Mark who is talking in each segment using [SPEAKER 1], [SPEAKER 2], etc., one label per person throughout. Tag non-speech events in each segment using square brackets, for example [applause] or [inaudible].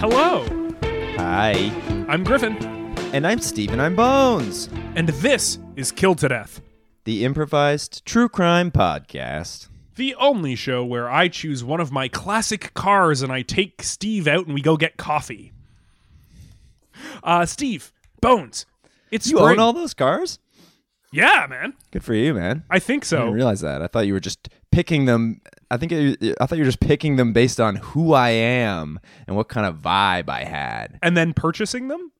[SPEAKER 1] Hello,
[SPEAKER 2] Hi.
[SPEAKER 1] I'm Griffin,
[SPEAKER 2] And I'm Steve and I'm Bones,
[SPEAKER 1] and this is Killed to Death,
[SPEAKER 2] the improvised true crime podcast.
[SPEAKER 1] the only show where I choose one of my classic cars and I take Steve out and we go get coffee. Uh, Steve, Bones, it's
[SPEAKER 2] You
[SPEAKER 1] spring.
[SPEAKER 2] own all those cars?
[SPEAKER 1] yeah, man,
[SPEAKER 2] Good for you, man.
[SPEAKER 1] I think
[SPEAKER 2] I didn't
[SPEAKER 1] so.
[SPEAKER 2] realize that. I thought you were just picking them. I think I, I thought you were just picking them based on who I am and what kind of vibe I had,
[SPEAKER 1] And then purchasing them.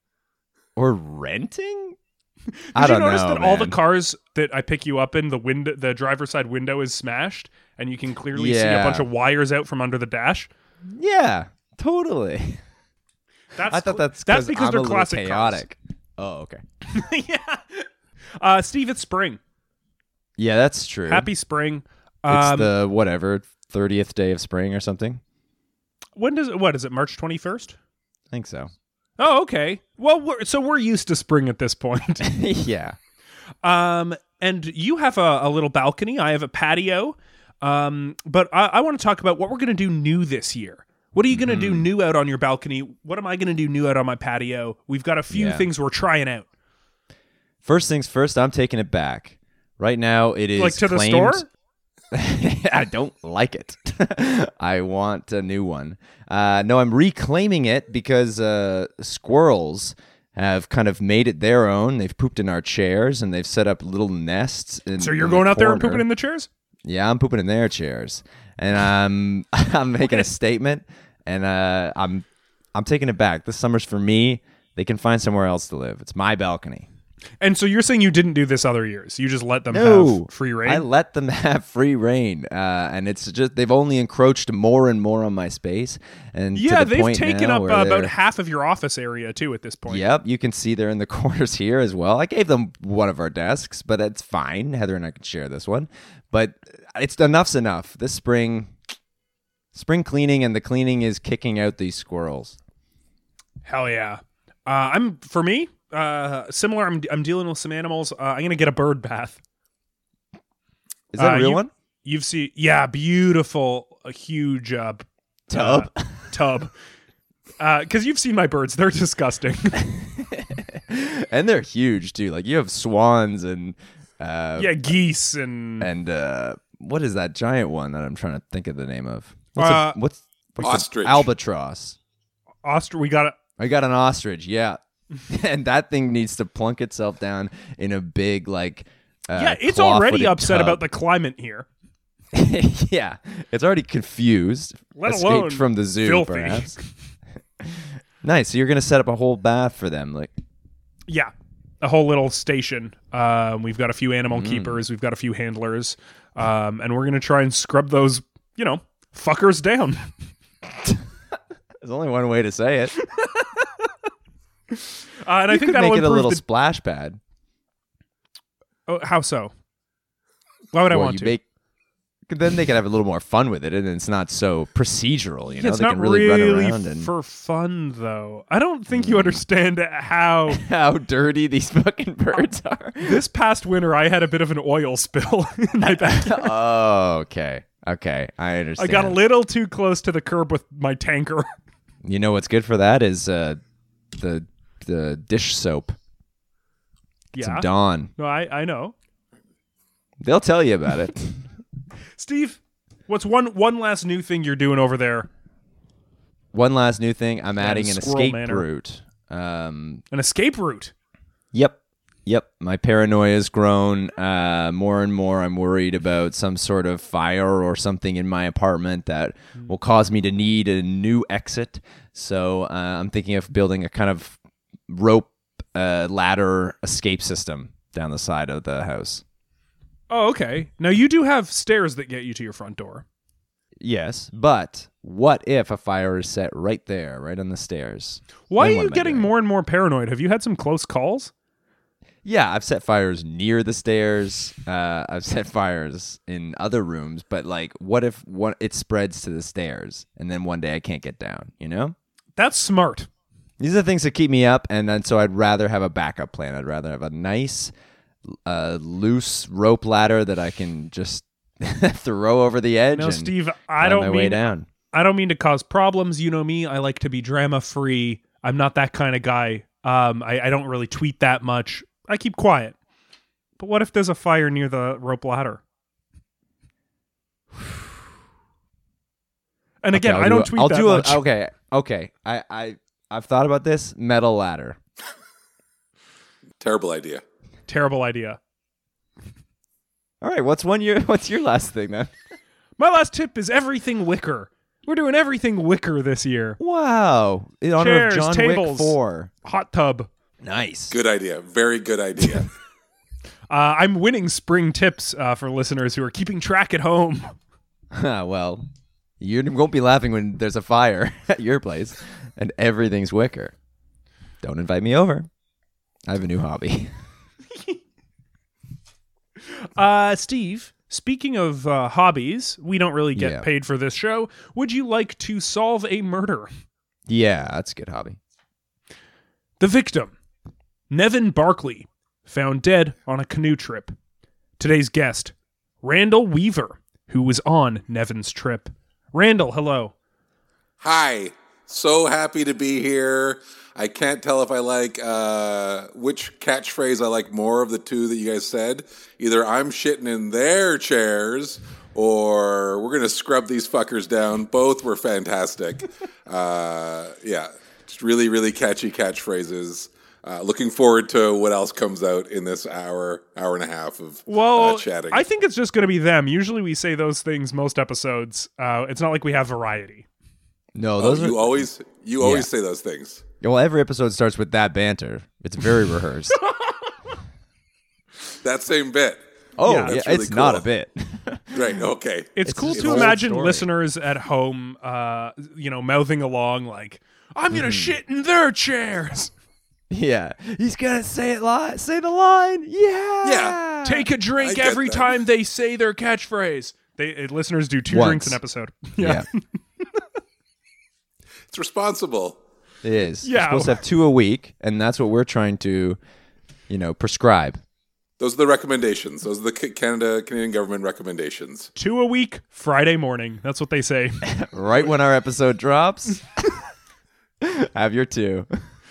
[SPEAKER 2] or renting.
[SPEAKER 1] Did
[SPEAKER 2] I don't
[SPEAKER 1] you notice
[SPEAKER 2] know,
[SPEAKER 1] that all the
[SPEAKER 2] man.
[SPEAKER 1] cars that I pick you up in the window, the driver's side window is smashed, and you can clearly see a
[SPEAKER 2] Yeah.
[SPEAKER 1] bunch of wires out from under the dash.
[SPEAKER 2] Yeah, totally.
[SPEAKER 1] That's
[SPEAKER 2] I thought that's
[SPEAKER 1] that's because
[SPEAKER 2] I'm
[SPEAKER 1] they're
[SPEAKER 2] a little
[SPEAKER 1] classic
[SPEAKER 2] chaotic. Oh, okay.
[SPEAKER 1] Cars. [laughs] yeah, uh, Steve, it's spring.
[SPEAKER 2] Yeah, that's true.
[SPEAKER 1] Happy um, spring.
[SPEAKER 2] It's the whatever thirtieth day of spring or something.
[SPEAKER 1] when does it what is it march 21st
[SPEAKER 2] I think so. [laughs]
[SPEAKER 1] oh okay well we're, so we're used to spring at
[SPEAKER 2] [laughs]
[SPEAKER 1] this point
[SPEAKER 2] yeah.
[SPEAKER 1] um and you have a, a little balcony i have a patio um but i, I want to talk about what we're going to do new this year what are you going to
[SPEAKER 2] Mm-hmm.
[SPEAKER 1] do new out on your balcony what am i going to do new out on my patio we've got a few
[SPEAKER 2] Yeah.
[SPEAKER 1] things we're trying out
[SPEAKER 2] First things first. I'm taking it back. Right now, it is
[SPEAKER 1] like to
[SPEAKER 2] claimed-
[SPEAKER 1] the store
[SPEAKER 2] [laughs] I don't like it. [laughs] I want a new one. Uh, no, I'm reclaiming it because uh, squirrels have kind of made it their own. They've pooped in our chairs and they've set up little nests. In,
[SPEAKER 1] so you're going out there and pooping
[SPEAKER 2] the. corner.
[SPEAKER 1] in the chairs
[SPEAKER 2] Yeah, I'm pooping in their chairs, and I'm [laughs] I'm making a statement, and uh, I'm I'm taking it back. This summer's for me. They can find somewhere else to live. It's my balcony.
[SPEAKER 1] and so you're saying you didn't do this other years you just let them
[SPEAKER 2] No
[SPEAKER 1] have free reign
[SPEAKER 2] I let them [laughs] have free reign, uh, and it's just they've only encroached more and more on my space. And to
[SPEAKER 1] yeah
[SPEAKER 2] the
[SPEAKER 1] they've
[SPEAKER 2] point
[SPEAKER 1] taken
[SPEAKER 2] now
[SPEAKER 1] up
[SPEAKER 2] where
[SPEAKER 1] uh, about
[SPEAKER 2] they're-
[SPEAKER 1] half of your office area too at this point
[SPEAKER 2] Yep, you can see they're in the [laughs] corners here as well. I gave them one of our desks, but that's fine. Heather and I can share this one. But it's enough's enough. This spring, spring cleaning, and the cleaning is kicking out these squirrels.
[SPEAKER 1] Hell yeah. Uh, I'm for me uh, similar. I'm I'm dealing with some animals. Uh, I'm gonna get a bird bath.
[SPEAKER 2] Is that
[SPEAKER 1] Uh,
[SPEAKER 2] a real
[SPEAKER 1] you-
[SPEAKER 2] one?
[SPEAKER 1] You've seen yeah, beautiful, a huge uh, b-
[SPEAKER 2] Tub?
[SPEAKER 1] [laughs] uh, tub. Because you've seen my birds, they're disgusting. [laughs]
[SPEAKER 2] Uh, and they're huge too. Like you have swans and uh,
[SPEAKER 1] yeah, geese and
[SPEAKER 2] and uh, what is that giant one that I'm trying to think of the name of? What's,
[SPEAKER 1] Uh,
[SPEAKER 2] a, what's, what's a-
[SPEAKER 3] Ostrich.
[SPEAKER 2] albatross.
[SPEAKER 1] ostrich. We got it.
[SPEAKER 2] I got an ostrich,
[SPEAKER 1] [laughs]
[SPEAKER 2] yeah. and that thing needs to plunk itself down in a big like uh,
[SPEAKER 1] yeah, it's already
[SPEAKER 2] claw-footed
[SPEAKER 1] upset
[SPEAKER 2] tub.
[SPEAKER 1] about the climate here.
[SPEAKER 2] [laughs] yeah, it's already confused.
[SPEAKER 1] Let
[SPEAKER 2] escaped
[SPEAKER 1] alone
[SPEAKER 2] from the zoo,
[SPEAKER 1] filthy.
[SPEAKER 2] perhaps.
[SPEAKER 1] [laughs]
[SPEAKER 2] nice. So you're gonna set up a whole bath for them, like
[SPEAKER 1] Yeah, a whole little station. Um, we've got a few
[SPEAKER 2] Mm.
[SPEAKER 1] animal keepers. We've got a few handlers, um, and we're gonna try and scrub those. You know, fuckers down. [laughs]
[SPEAKER 2] there's only one way to say it.
[SPEAKER 1] Uh, and I
[SPEAKER 2] you
[SPEAKER 1] think
[SPEAKER 2] could
[SPEAKER 1] that'll
[SPEAKER 2] make it a
[SPEAKER 1] improve
[SPEAKER 2] little
[SPEAKER 1] the
[SPEAKER 2] splash pad.
[SPEAKER 1] Oh, how so? Why would I
[SPEAKER 2] Well,
[SPEAKER 1] want
[SPEAKER 2] you
[SPEAKER 1] to?
[SPEAKER 2] make- then they can have a little more fun with it, and it's not so procedural. You
[SPEAKER 1] Yeah,
[SPEAKER 2] know,
[SPEAKER 1] it's
[SPEAKER 2] they
[SPEAKER 1] not
[SPEAKER 2] can really,
[SPEAKER 1] really
[SPEAKER 2] run around and Mm.
[SPEAKER 1] for fun, though. I don't think you understand
[SPEAKER 2] [laughs]
[SPEAKER 1] how
[SPEAKER 2] [laughs] how dirty these [laughs] fucking
[SPEAKER 1] [laughs]
[SPEAKER 2] birds are.
[SPEAKER 1] this past winter I had a bit of an oil spill [laughs]
[SPEAKER 2] [laughs]
[SPEAKER 1] in my backyard.
[SPEAKER 2] oh, okay, okay, I
[SPEAKER 1] I
[SPEAKER 2] understand.
[SPEAKER 1] got a little too close to the curb with my tanker. [laughs]
[SPEAKER 2] You know what's good for that is uh, the the dish soap. Get Some
[SPEAKER 1] yeah,
[SPEAKER 2] Dawn.
[SPEAKER 1] no, I I know.
[SPEAKER 2] They'll tell you about it.
[SPEAKER 1] [laughs] Steve, what's one one last new thing you're doing over there?
[SPEAKER 2] One last new thing. I'm
[SPEAKER 1] Out of
[SPEAKER 2] adding an
[SPEAKER 1] Squirrel
[SPEAKER 2] escape
[SPEAKER 1] Manor.
[SPEAKER 2] route. Um,
[SPEAKER 1] An escape route.
[SPEAKER 2] Yep. Yep. My paranoia's grown. Uh, more and more, I'm worried about some sort of fire or something in my apartment that will cause me to need a new exit. So uh, I'm thinking of building a kind of rope uh, ladder escape system down the side of the house.
[SPEAKER 1] Oh, okay. Now you do have stairs that get you to your front door.
[SPEAKER 2] Yes. But what if a fire is set right there, right on the stairs?
[SPEAKER 1] Why
[SPEAKER 2] Then
[SPEAKER 1] are
[SPEAKER 2] what
[SPEAKER 1] you
[SPEAKER 2] am I
[SPEAKER 1] getting
[SPEAKER 2] doing?
[SPEAKER 1] more and more paranoid? Have you had some close calls?
[SPEAKER 2] Yeah, I've set fires near the stairs. Uh, I've set fires in other rooms, but like, what if one it spreads to the stairs, and then one day I can't get down? You know,
[SPEAKER 1] That's smart.
[SPEAKER 2] these are the things that keep me up, and then so I'd rather have a backup plan. I'd rather have a nice, uh, loose rope ladder that I can just [laughs] throw over the edge.
[SPEAKER 1] No,
[SPEAKER 2] and
[SPEAKER 1] Steve, I
[SPEAKER 2] find
[SPEAKER 1] don't
[SPEAKER 2] my
[SPEAKER 1] mean
[SPEAKER 2] way down.
[SPEAKER 1] I don't mean to cause problems. You know me. I like to be drama free. I'm not that kind of guy. Um, I, I don't really tweet that much. I keep quiet. But what if there's a fire near the rope ladder? [sighs] And again,
[SPEAKER 2] Okay, I'll
[SPEAKER 1] I don't
[SPEAKER 2] do a-
[SPEAKER 1] tweet
[SPEAKER 2] I'll
[SPEAKER 1] that
[SPEAKER 2] do
[SPEAKER 1] much.
[SPEAKER 2] a, okay, okay. I I I've thought about this metal ladder.
[SPEAKER 3] Terrible idea.
[SPEAKER 1] Terrible idea.
[SPEAKER 2] All right, what's one year? [laughs] What's your last thing then?
[SPEAKER 1] My last tip is everything wicker. We're doing everything wicker this year.
[SPEAKER 2] Wow. In honor
[SPEAKER 1] Chairs,
[SPEAKER 2] of John Wick
[SPEAKER 1] tables.
[SPEAKER 2] 4.
[SPEAKER 1] Hot tub.
[SPEAKER 2] Nice. [laughs]
[SPEAKER 3] Good idea. Very good idea.
[SPEAKER 1] Uh, I'm winning spring tips uh, for listeners who are keeping track at home. [laughs]
[SPEAKER 2] well, you won't be laughing when there's a fire [laughs] at your place and everything's wicker. Don't invite me over. I have a new hobby. [laughs]
[SPEAKER 1] Uh, Steve, speaking of uh, hobbies, we don't really get
[SPEAKER 2] Yeah.
[SPEAKER 1] paid for this show. Would you like to solve a murder?
[SPEAKER 2] yeah, that's a good hobby.
[SPEAKER 1] The victim, Nevin Barkley, found dead on a canoe trip. Today's guest, Randall Weaver, who was on Nevin's trip. Randall, hello.
[SPEAKER 3] Hi. So happy to be here. I can't tell if I like uh, which catchphrase I like more of the two that you guys said. Either I'm shitting in their chairs or we're going to scrub these fuckers down. Both
[SPEAKER 2] [laughs]
[SPEAKER 3] were fantastic. uh, yeah. Just really, really catchy catchphrases. Uh, looking forward to what else comes out in this hour, hour and a half of
[SPEAKER 1] Well,
[SPEAKER 3] uh, chatting.
[SPEAKER 1] I think it's just going to be them. Usually we say those things most episodes. Uh, it's not like we have variety.
[SPEAKER 2] No,
[SPEAKER 3] Oh,
[SPEAKER 2] those
[SPEAKER 3] you
[SPEAKER 2] are.
[SPEAKER 3] always, you always say those things.
[SPEAKER 2] Well, every episode starts with that banter. It's
[SPEAKER 3] [laughs]
[SPEAKER 2] very rehearsed.
[SPEAKER 3] That same bit.
[SPEAKER 2] oh,
[SPEAKER 1] Yeah,
[SPEAKER 2] yeah,
[SPEAKER 3] that's really
[SPEAKER 2] it's not
[SPEAKER 3] cool.
[SPEAKER 2] a bit. [laughs]
[SPEAKER 1] [laughs]
[SPEAKER 3] Right. Okay.
[SPEAKER 1] It's, cool
[SPEAKER 2] just
[SPEAKER 1] to
[SPEAKER 2] an old
[SPEAKER 1] imagine
[SPEAKER 2] story.
[SPEAKER 1] listeners at home, uh, you know, mouthing along like, "I'm
[SPEAKER 3] Mm-hmm.
[SPEAKER 1] gonna shit in their [laughs] chairs,
[SPEAKER 2] yeah. He's going to say it li- say the line. Yeah.
[SPEAKER 3] Yeah.
[SPEAKER 1] take a
[SPEAKER 3] I
[SPEAKER 1] drink
[SPEAKER 3] get
[SPEAKER 1] every
[SPEAKER 3] that.
[SPEAKER 1] time they say their catchphrase." They uh, listeners do two
[SPEAKER 2] Once.
[SPEAKER 1] drinks an episode.
[SPEAKER 2] Yeah.
[SPEAKER 3] It's responsible.
[SPEAKER 2] It is.
[SPEAKER 1] Yeah.
[SPEAKER 2] You're supposed to have two a week, and that's what we're trying to, you know, prescribe.
[SPEAKER 3] Those are the recommendations. Those are the C- Canada Canadian government recommendations.
[SPEAKER 1] two a week, Friday morning. That's what they [laughs] say.
[SPEAKER 2] Right when our episode drops, [laughs] have your two.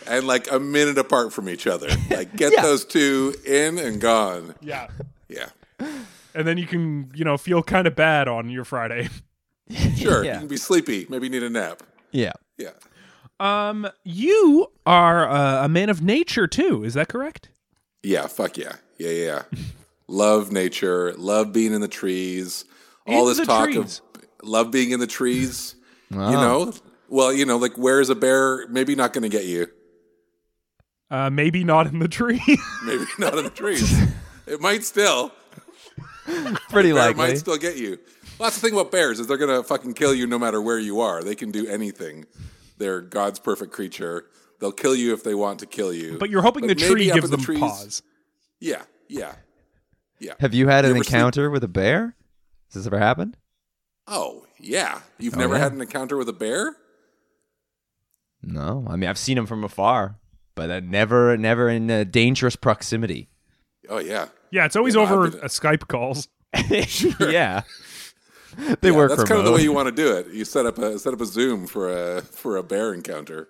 [SPEAKER 3] And like a minute apart from each other. Like
[SPEAKER 1] [laughs]
[SPEAKER 3] get
[SPEAKER 2] Yeah.
[SPEAKER 3] those two in and gone.
[SPEAKER 1] yeah,
[SPEAKER 3] Yeah.
[SPEAKER 1] and then you can you know feel kind of bad on your Friday.
[SPEAKER 3] Sure.
[SPEAKER 2] Yeah.
[SPEAKER 3] You can be sleepy. Maybe you need a nap.
[SPEAKER 2] Yeah.
[SPEAKER 3] Yeah.
[SPEAKER 1] Um, you are uh, a man of nature too. Is that correct?
[SPEAKER 3] Yeah, fuck yeah. Yeah, yeah.
[SPEAKER 1] [laughs]
[SPEAKER 3] yeah. love nature, love being in the trees. All
[SPEAKER 1] In
[SPEAKER 3] this
[SPEAKER 1] the
[SPEAKER 3] talk
[SPEAKER 1] trees. Ah.
[SPEAKER 3] of love being in the
[SPEAKER 1] [laughs]
[SPEAKER 3] trees. You know? Well, you know, like where is a bear maybe not going to get you.
[SPEAKER 1] Uh, maybe not in the tree. [laughs]
[SPEAKER 3] Maybe not in the trees. It might still.
[SPEAKER 2] Pretty
[SPEAKER 3] bear
[SPEAKER 2] likely.
[SPEAKER 3] might still get you. Well, that's the thing about bears is they're gonna fucking kill you no matter where you are. They can do anything. They're God's perfect creature. They'll kill you if they want to kill you.
[SPEAKER 1] but you're hoping
[SPEAKER 3] But
[SPEAKER 1] the
[SPEAKER 3] maybe
[SPEAKER 1] tree
[SPEAKER 3] up
[SPEAKER 1] gives
[SPEAKER 3] in the
[SPEAKER 1] them
[SPEAKER 3] trees-
[SPEAKER 1] pause.
[SPEAKER 3] yeah, yeah, yeah.
[SPEAKER 2] have you had an
[SPEAKER 3] ever sleep-
[SPEAKER 2] encounter with a bear? Has this ever happened?
[SPEAKER 3] oh yeah, you've never
[SPEAKER 2] yeah.
[SPEAKER 3] had an encounter with a bear?
[SPEAKER 2] No. I mean, I've seen them from afar, but uh, never, never in uh, dangerous proximity. [laughs]
[SPEAKER 3] Oh yeah,
[SPEAKER 1] Yeah, it's always
[SPEAKER 3] Yeah, I've
[SPEAKER 1] over
[SPEAKER 3] been-
[SPEAKER 1] uh, Skype calls.
[SPEAKER 2] yeah. They work
[SPEAKER 3] that's
[SPEAKER 2] remote.
[SPEAKER 3] kind of the way you want to do it. You set up a set up a Zoom for a for a bear encounter.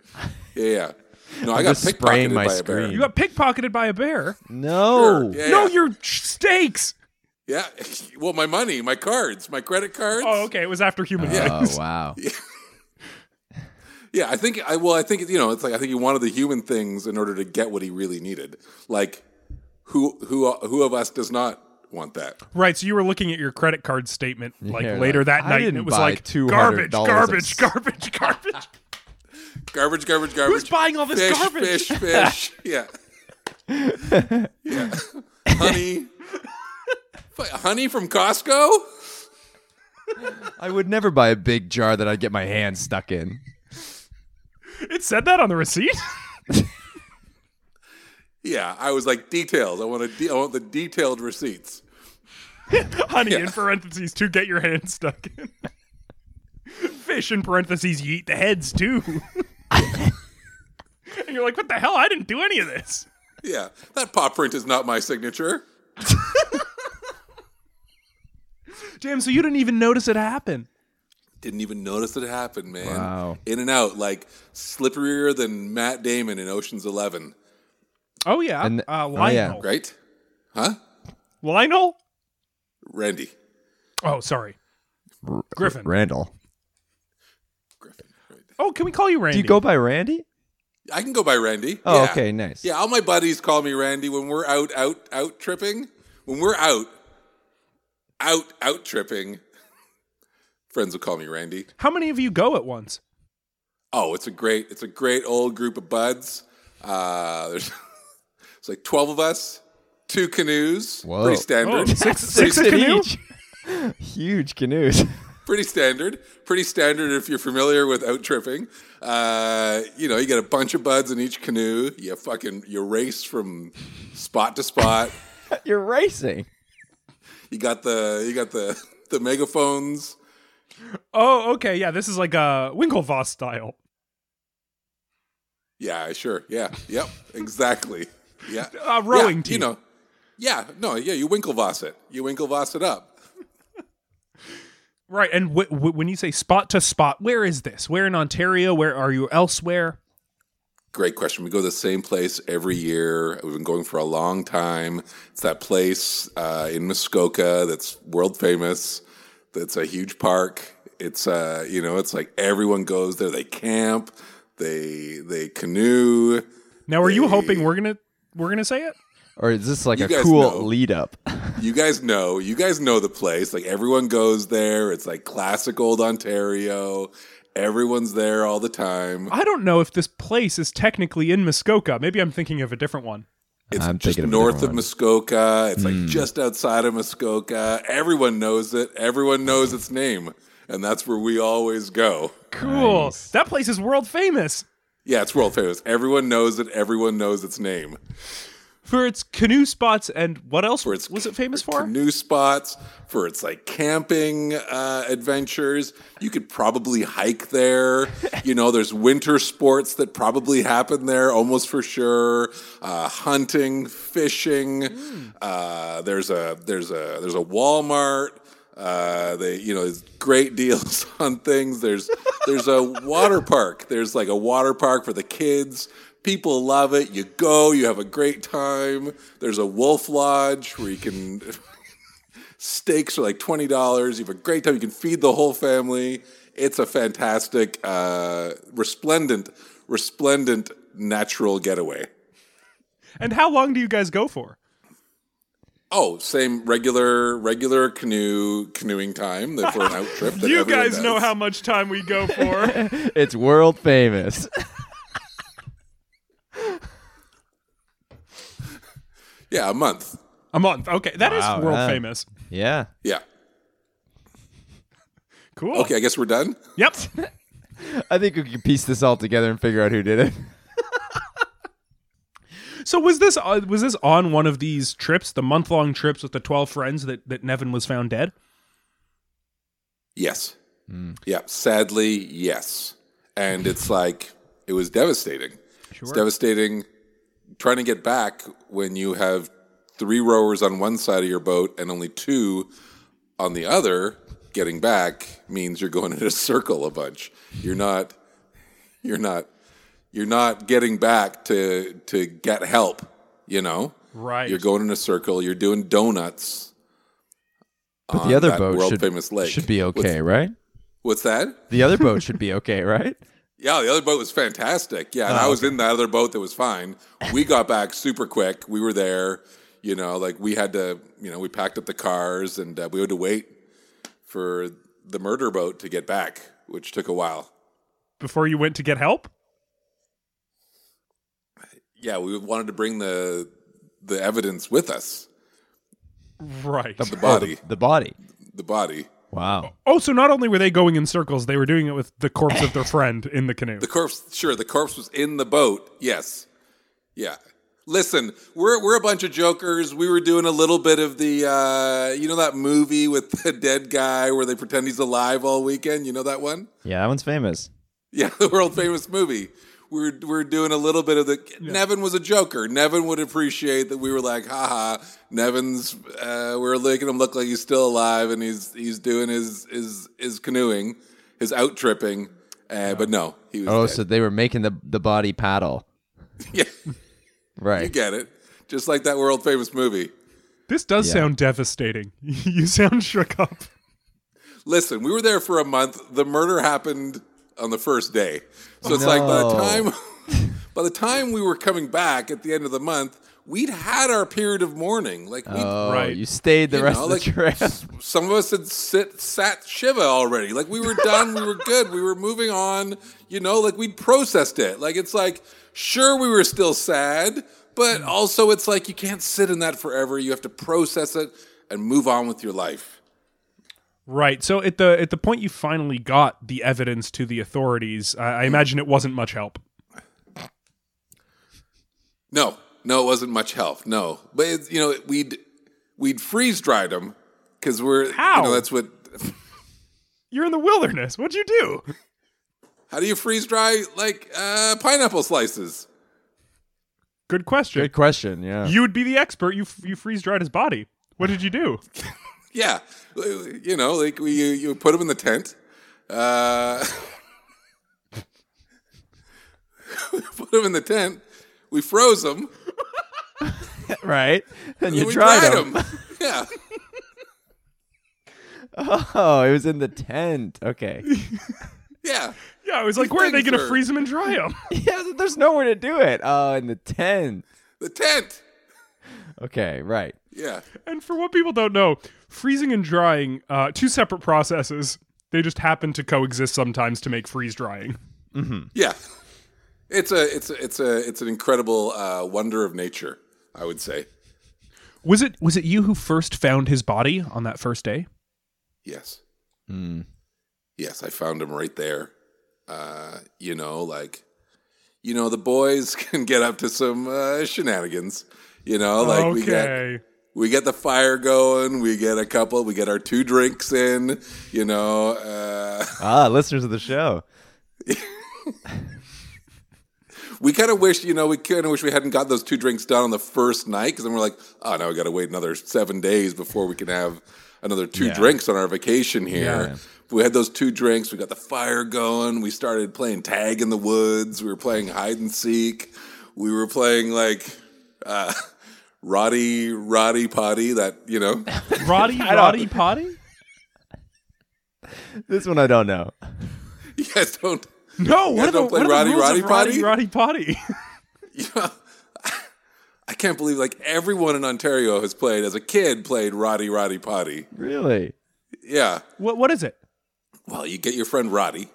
[SPEAKER 3] Yeah, yeah.
[SPEAKER 2] [laughs]
[SPEAKER 3] No, i got
[SPEAKER 2] just spraying
[SPEAKER 3] pickpocketed
[SPEAKER 2] my
[SPEAKER 3] by a
[SPEAKER 2] screen.
[SPEAKER 3] bear.
[SPEAKER 1] You got pickpocketed by a bear.
[SPEAKER 2] no.
[SPEAKER 3] Yeah,
[SPEAKER 1] No,
[SPEAKER 3] yeah.
[SPEAKER 1] your steaks.
[SPEAKER 3] yeah. [laughs] Well, my money,
[SPEAKER 2] Oh,
[SPEAKER 3] my cards, my credit cards. [laughs]
[SPEAKER 1] Oh, okay. It was after human.
[SPEAKER 3] Yeah.
[SPEAKER 2] Oh, wow.
[SPEAKER 3] Yeah, I think I well, I think you know, it's like I think he wanted the human things in order to get what he really needed. Like who who who of us does not want that?
[SPEAKER 1] Right, so you were looking at your credit card statement like
[SPEAKER 2] Yeah,
[SPEAKER 1] later
[SPEAKER 2] like,
[SPEAKER 1] that
[SPEAKER 2] I
[SPEAKER 1] night, and
[SPEAKER 2] didn't
[SPEAKER 1] it was
[SPEAKER 2] buy
[SPEAKER 1] like
[SPEAKER 2] $200
[SPEAKER 1] garbage,
[SPEAKER 2] of
[SPEAKER 1] garbage,
[SPEAKER 2] s-
[SPEAKER 1] garbage, [laughs] garbage.
[SPEAKER 3] Garbage, garbage, garbage.
[SPEAKER 1] Who's buying all this
[SPEAKER 3] fish,
[SPEAKER 1] garbage? [laughs]
[SPEAKER 3] Fish, fish, yeah, yeah. [laughs] honey, F- honey from Costco.
[SPEAKER 2] I would never buy a big jar that I'd get my hand stuck in.
[SPEAKER 1] it said that on the receipt. [laughs]
[SPEAKER 3] Yeah, I was like details. I want a de- I want the detailed receipts.
[SPEAKER 1] Honey in parentheses to get your hand stuck in. Fish in parentheses, you eat the heads too. [laughs] and you're like, what the hell? I didn't do any of this.
[SPEAKER 3] Yeah, that pop print is not my signature.
[SPEAKER 1] James, so you didn't even notice it happen.
[SPEAKER 3] Didn't even notice it happened, man.
[SPEAKER 2] Wow.
[SPEAKER 3] In and out, like slipperier than Matt Damon in Ocean's Eleven.
[SPEAKER 1] Oh yeah,
[SPEAKER 2] And-
[SPEAKER 1] uh,
[SPEAKER 2] oh, yeah.
[SPEAKER 1] Lionel.
[SPEAKER 3] Right? Huh?
[SPEAKER 1] Lionel.
[SPEAKER 3] Randy.
[SPEAKER 1] Oh, sorry, Griffin.
[SPEAKER 2] Randall.
[SPEAKER 3] Griffin. Right.
[SPEAKER 1] oh, can we call you Randy?
[SPEAKER 2] Do you go by Randy?
[SPEAKER 3] I can go by Randy.
[SPEAKER 2] Oh,
[SPEAKER 3] Yeah.
[SPEAKER 2] okay, nice.
[SPEAKER 3] Yeah, all my buddies call me Randy when we're out, out, out tripping. When we're out, out, out tripping, friends will call me Randy.
[SPEAKER 1] How many of you go at once?
[SPEAKER 3] Oh, it's a great, it's a great old group of buds. Uh, there's [laughs] it's like twelve of us, two canoes,
[SPEAKER 2] Whoa.
[SPEAKER 3] pretty
[SPEAKER 1] Oh,
[SPEAKER 3] standard.
[SPEAKER 1] six, six a canoe.
[SPEAKER 2] each. [laughs] Huge canoes. [laughs]
[SPEAKER 3] pretty standard. Pretty standard if you're familiar with out tripping. Uh, you know, you get a bunch of buds in each canoe. You fucking you race from spot to spot.
[SPEAKER 2] You're racing.
[SPEAKER 3] You got the you got the the megaphones.
[SPEAKER 1] Oh, okay, yeah. This is like a Winklevoss style.
[SPEAKER 3] Yeah, sure. Yeah. Yep. Exactly. Yeah.
[SPEAKER 1] A [laughs] Uh, rowing
[SPEAKER 3] yeah,
[SPEAKER 1] team.
[SPEAKER 3] You know. Yeah. No. Yeah. You Winklevoss it. You Winklevoss it up.
[SPEAKER 1] Right, and wh- wh- when you say spot to spot, where is this? Where in Ontario? Where are you elsewhere?
[SPEAKER 3] Great question. We go to the same place every year. We've been going for a long time. It's that place uh, in Muskoka that's world famous. That's a huge park. It's uh, you know, it's like everyone goes there. They camp. They they canoe.
[SPEAKER 1] Now, are you hoping we're gonna we're gonna say it?
[SPEAKER 2] Or is this like
[SPEAKER 3] You
[SPEAKER 2] a
[SPEAKER 3] guys
[SPEAKER 2] cool
[SPEAKER 3] know.
[SPEAKER 2] lead up?
[SPEAKER 3] You guys know, you guys know the place. Like everyone goes there. It's like classic old Ontario. Everyone's there all the time.
[SPEAKER 1] I don't know if this place is technically in Muskoka. Maybe I'm thinking of a different one.
[SPEAKER 3] It's
[SPEAKER 2] I'm
[SPEAKER 3] just
[SPEAKER 2] thinking of a
[SPEAKER 3] north
[SPEAKER 2] different
[SPEAKER 3] of
[SPEAKER 2] one.
[SPEAKER 3] Muskoka. It's like just outside of Muskoka. Everyone knows it. Everyone knows its name, and that's where we always go.
[SPEAKER 1] Cool. That place is world famous
[SPEAKER 3] Yeah, it's world famous. Everyone knows it. Everyone knows its name.
[SPEAKER 1] for its canoe spots and what else
[SPEAKER 3] For its
[SPEAKER 1] was it famous for?
[SPEAKER 3] Canoe spots for its like camping uh, adventures. You could probably hike there. you know, there's winter sports that probably happen there almost for sure. Uh, hunting, fishing. Uh, there's a there's a there's a Walmart. Uh, they you know there's great deals [laughs] on things. There's there's a water park. There's like a water park for the kids. People love it. You go, you have a great time. There's a wolf lodge where you can [laughs] steaks are like twenty dollars. You have a great time. You can feed the whole family. It's a fantastic, uh, resplendent, resplendent natural getaway.
[SPEAKER 1] And how long do you guys go for?
[SPEAKER 3] Oh, same regular regular canoe canoeing
[SPEAKER 1] [laughs]
[SPEAKER 3] time that for an out trip. That
[SPEAKER 1] You
[SPEAKER 3] everyone
[SPEAKER 1] guys know
[SPEAKER 3] does.
[SPEAKER 1] how much time we go for.
[SPEAKER 2] It's world
[SPEAKER 3] [laughs]
[SPEAKER 2] famous.
[SPEAKER 3] Yeah, a month.
[SPEAKER 1] [laughs] a month. Okay, that is
[SPEAKER 2] Wow,
[SPEAKER 1] world
[SPEAKER 2] yeah.
[SPEAKER 1] famous.
[SPEAKER 2] yeah.
[SPEAKER 3] Yeah.
[SPEAKER 1] Cool.
[SPEAKER 3] Okay, I guess we're done.
[SPEAKER 1] Yep.
[SPEAKER 2] I think we can piece this all together and figure out who did it.
[SPEAKER 1] So was this uh, was this on one of these trips, the month long trips with the twelve friends that that Nevin was found dead?
[SPEAKER 3] Yes.
[SPEAKER 2] Mm.
[SPEAKER 3] Yeah. Sadly, yes. And
[SPEAKER 2] [laughs]
[SPEAKER 3] it's like it was devastating. It's devastating trying to get back when you have three rowers on one side of your boat and only two on the other. Getting back means you're going [laughs] in a circle a bunch. You're not. You're not. You're not getting back to to get help. You know.
[SPEAKER 1] Right.
[SPEAKER 3] You're going in a circle. You're doing donuts.
[SPEAKER 2] But
[SPEAKER 3] on
[SPEAKER 2] the other
[SPEAKER 3] that
[SPEAKER 2] boat
[SPEAKER 3] world
[SPEAKER 2] should,
[SPEAKER 3] famous lake
[SPEAKER 2] should be
[SPEAKER 3] What's-
[SPEAKER 2] okay, right?
[SPEAKER 3] What's that?
[SPEAKER 2] The other boat should be okay, [laughs] right?
[SPEAKER 3] Yeah, the other boat was fantastic. Yeah, and I was in that other boat that was fine. We got back super quick. We were there. You know, like we had to, you know, we packed up the cars and uh, we had to wait for the murder boat to get back, which took a while.
[SPEAKER 1] Before you went to get help?
[SPEAKER 3] Yeah, we wanted to bring the the evidence with us,
[SPEAKER 1] Right.
[SPEAKER 3] the
[SPEAKER 2] Oh,
[SPEAKER 3] body,
[SPEAKER 2] The body.
[SPEAKER 3] the body,
[SPEAKER 2] Wow.
[SPEAKER 1] Oh, so not only were they going in circles, they were doing it with the corpse of their friend in the canoe.
[SPEAKER 3] the corpse. Sure, the corpse was in the boat. Yes, yeah. Listen, we're we're a bunch of jokers. We were doing a little bit of the, uh, you know, that movie with [laughs] the dead guy where they pretend he's alive all weekend. You know that one? [laughs]
[SPEAKER 2] Yeah, that one's famous.
[SPEAKER 3] Yeah, the world famous movie. We're we're doing a little bit of the. Nevin was a joker. Nevin would appreciate that we were like, haha. Nevin's. Uh, we're making him look like he's still alive, and he's he's doing his his his canoeing, his out tripping. Uh, But no, he was.
[SPEAKER 2] Oh,
[SPEAKER 3] dead.
[SPEAKER 2] so they were making the the body paddle.
[SPEAKER 3] [laughs] yeah, you
[SPEAKER 2] Right.
[SPEAKER 3] get it. Just like that world famous movie.
[SPEAKER 1] This does
[SPEAKER 2] Yeah.
[SPEAKER 1] sound devastating. [laughs] you sound shook up.
[SPEAKER 3] Listen, we were there for a month. The murder happened on the first day. So it's like by the
[SPEAKER 2] No.
[SPEAKER 3] time [laughs] by the time we were coming back at the end of the month, we'd had our period of mourning. Like we
[SPEAKER 2] Oh,
[SPEAKER 1] Right.
[SPEAKER 2] you stayed the
[SPEAKER 3] You
[SPEAKER 2] rest
[SPEAKER 3] know,
[SPEAKER 2] of
[SPEAKER 3] like-
[SPEAKER 2] the trip. [laughs]
[SPEAKER 3] some of us had sit, sat Shiva already. Like we were done, we were good, we were moving on, you know, like we'd processed it. Like it's like, sure, we were still sad, but
[SPEAKER 2] Mm.
[SPEAKER 3] also it's like you can't sit in that forever. You have to process it and move on with your life.
[SPEAKER 1] Right. So at the at the point you finally got the evidence to the authorities, I, I imagine it wasn't much help.
[SPEAKER 3] No, no, it wasn't much help. No, but it's you know we'd we'd freeze dried them because we're
[SPEAKER 1] How?
[SPEAKER 3] you know that's what.
[SPEAKER 1] You're in the wilderness. What'd you do?
[SPEAKER 3] How do you freeze dry like uh, pineapple slices?
[SPEAKER 1] Good question.
[SPEAKER 2] Good question. Yeah.
[SPEAKER 1] You would be the expert. You f- you freeze dried his body. What did you do?
[SPEAKER 3] Yeah, you know, like we, you you put them in the tent. Uh, [laughs] we put them in the tent. We froze them. [laughs]
[SPEAKER 2] right. And you
[SPEAKER 3] we
[SPEAKER 2] tried
[SPEAKER 3] dried
[SPEAKER 2] them.
[SPEAKER 3] 'em. [laughs] Yeah,
[SPEAKER 2] [laughs] Oh, it was in the tent.
[SPEAKER 3] [laughs]
[SPEAKER 2] Okay. [laughs]
[SPEAKER 3] yeah.
[SPEAKER 1] [sighs] Yeah, I was like, where are they
[SPEAKER 3] things
[SPEAKER 1] going to
[SPEAKER 3] are-
[SPEAKER 1] freeze him and dry [laughs] him?
[SPEAKER 2] yeah, there's nowhere to do it. Oh, in the tent.
[SPEAKER 3] The tent.
[SPEAKER 2] Okay, right.
[SPEAKER 3] Yeah.
[SPEAKER 1] And for what people don't know, freezing and drying, uh, two separate processes. They just happen to coexist sometimes to make freeze drying.
[SPEAKER 3] Yeah, it's a it's a, it's a it's an incredible uh, wonder of nature. I would say
[SPEAKER 1] Was it was it you who first found his body on that first day?
[SPEAKER 3] yes, yes. I found him right there. Uh, you know, like you know, the boys [laughs] can get up to some uh, shenanigans. You know, like we get
[SPEAKER 1] okay.
[SPEAKER 3] we get the fire going. We get a couple. We get our two drinks in. You know, uh, [laughs]
[SPEAKER 2] Ah, listeners of the show.
[SPEAKER 3] we kind of wish you know we kind of wish we hadn't got those two drinks done on the first night because then we're like, oh, now we got to wait another seven days before we can have another two drinks on our vacation here. We had those two drinks. We got the fire going. We started playing tag in the woods. We were playing hide and seek. We were playing like uh, Roddy Roddy Potty. That you know.
[SPEAKER 1] [laughs] Roddy Roddy Potty?
[SPEAKER 2] This one I don't know. [laughs]
[SPEAKER 3] You guys don't.
[SPEAKER 1] No,
[SPEAKER 3] guys
[SPEAKER 1] what, are the,
[SPEAKER 3] don't play
[SPEAKER 1] what are the
[SPEAKER 3] Roddy
[SPEAKER 1] rules of
[SPEAKER 3] Roddy
[SPEAKER 1] Roddy Potty?
[SPEAKER 3] Yeah. I can't believe like everyone in Ontario has played as a kid played Roddy Roddy Potty.
[SPEAKER 2] Really?
[SPEAKER 3] Yeah.
[SPEAKER 1] [laughs] what what is it?
[SPEAKER 3] Well, you get your friend Roddy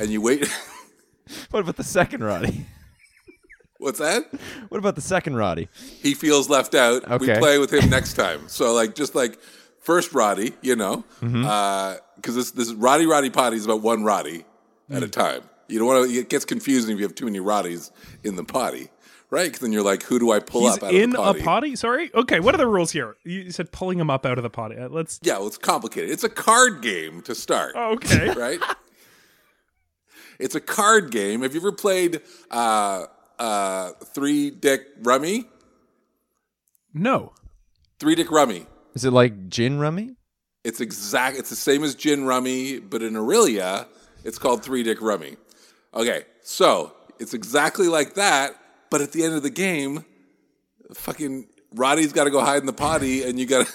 [SPEAKER 3] and you wait. [laughs]
[SPEAKER 2] What about the second Roddy? [laughs]
[SPEAKER 3] What's that?
[SPEAKER 2] What about the second Roddy?
[SPEAKER 3] He feels left out. We
[SPEAKER 2] Okay.
[SPEAKER 3] play with him next time. So like just like first Roddy, you know, because
[SPEAKER 1] Mm-hmm.
[SPEAKER 3] this this Roddy Roddy Potty is about one Roddy at
[SPEAKER 1] Mm.
[SPEAKER 3] a time. You don't want to. It gets confusing if you have too many Roddies in the potty, right? 'Cause then you're like, who do I pull
[SPEAKER 1] He's
[SPEAKER 3] up out
[SPEAKER 1] in
[SPEAKER 3] of the
[SPEAKER 1] a
[SPEAKER 3] potty?
[SPEAKER 1] potty? Sorry? Okay, what are the rules here? You said pulling him up out of the potty. Uh, Let's oh,
[SPEAKER 3] Yeah, well, it's complicated. It's a card game to start.
[SPEAKER 1] Okay.
[SPEAKER 3] [laughs] right? it's a card game. Have you ever played uh, uh, three dick rummy?
[SPEAKER 1] no.
[SPEAKER 3] Three dick rummy.
[SPEAKER 2] Is it like gin rummy?
[SPEAKER 3] It's exact. It's the same as gin rummy, but in Aurelia, it's called three dick rummy. Okay, so it's exactly like that, but at the end of the game, fucking Roddy's got to go [laughs] hide in the potty, and you got to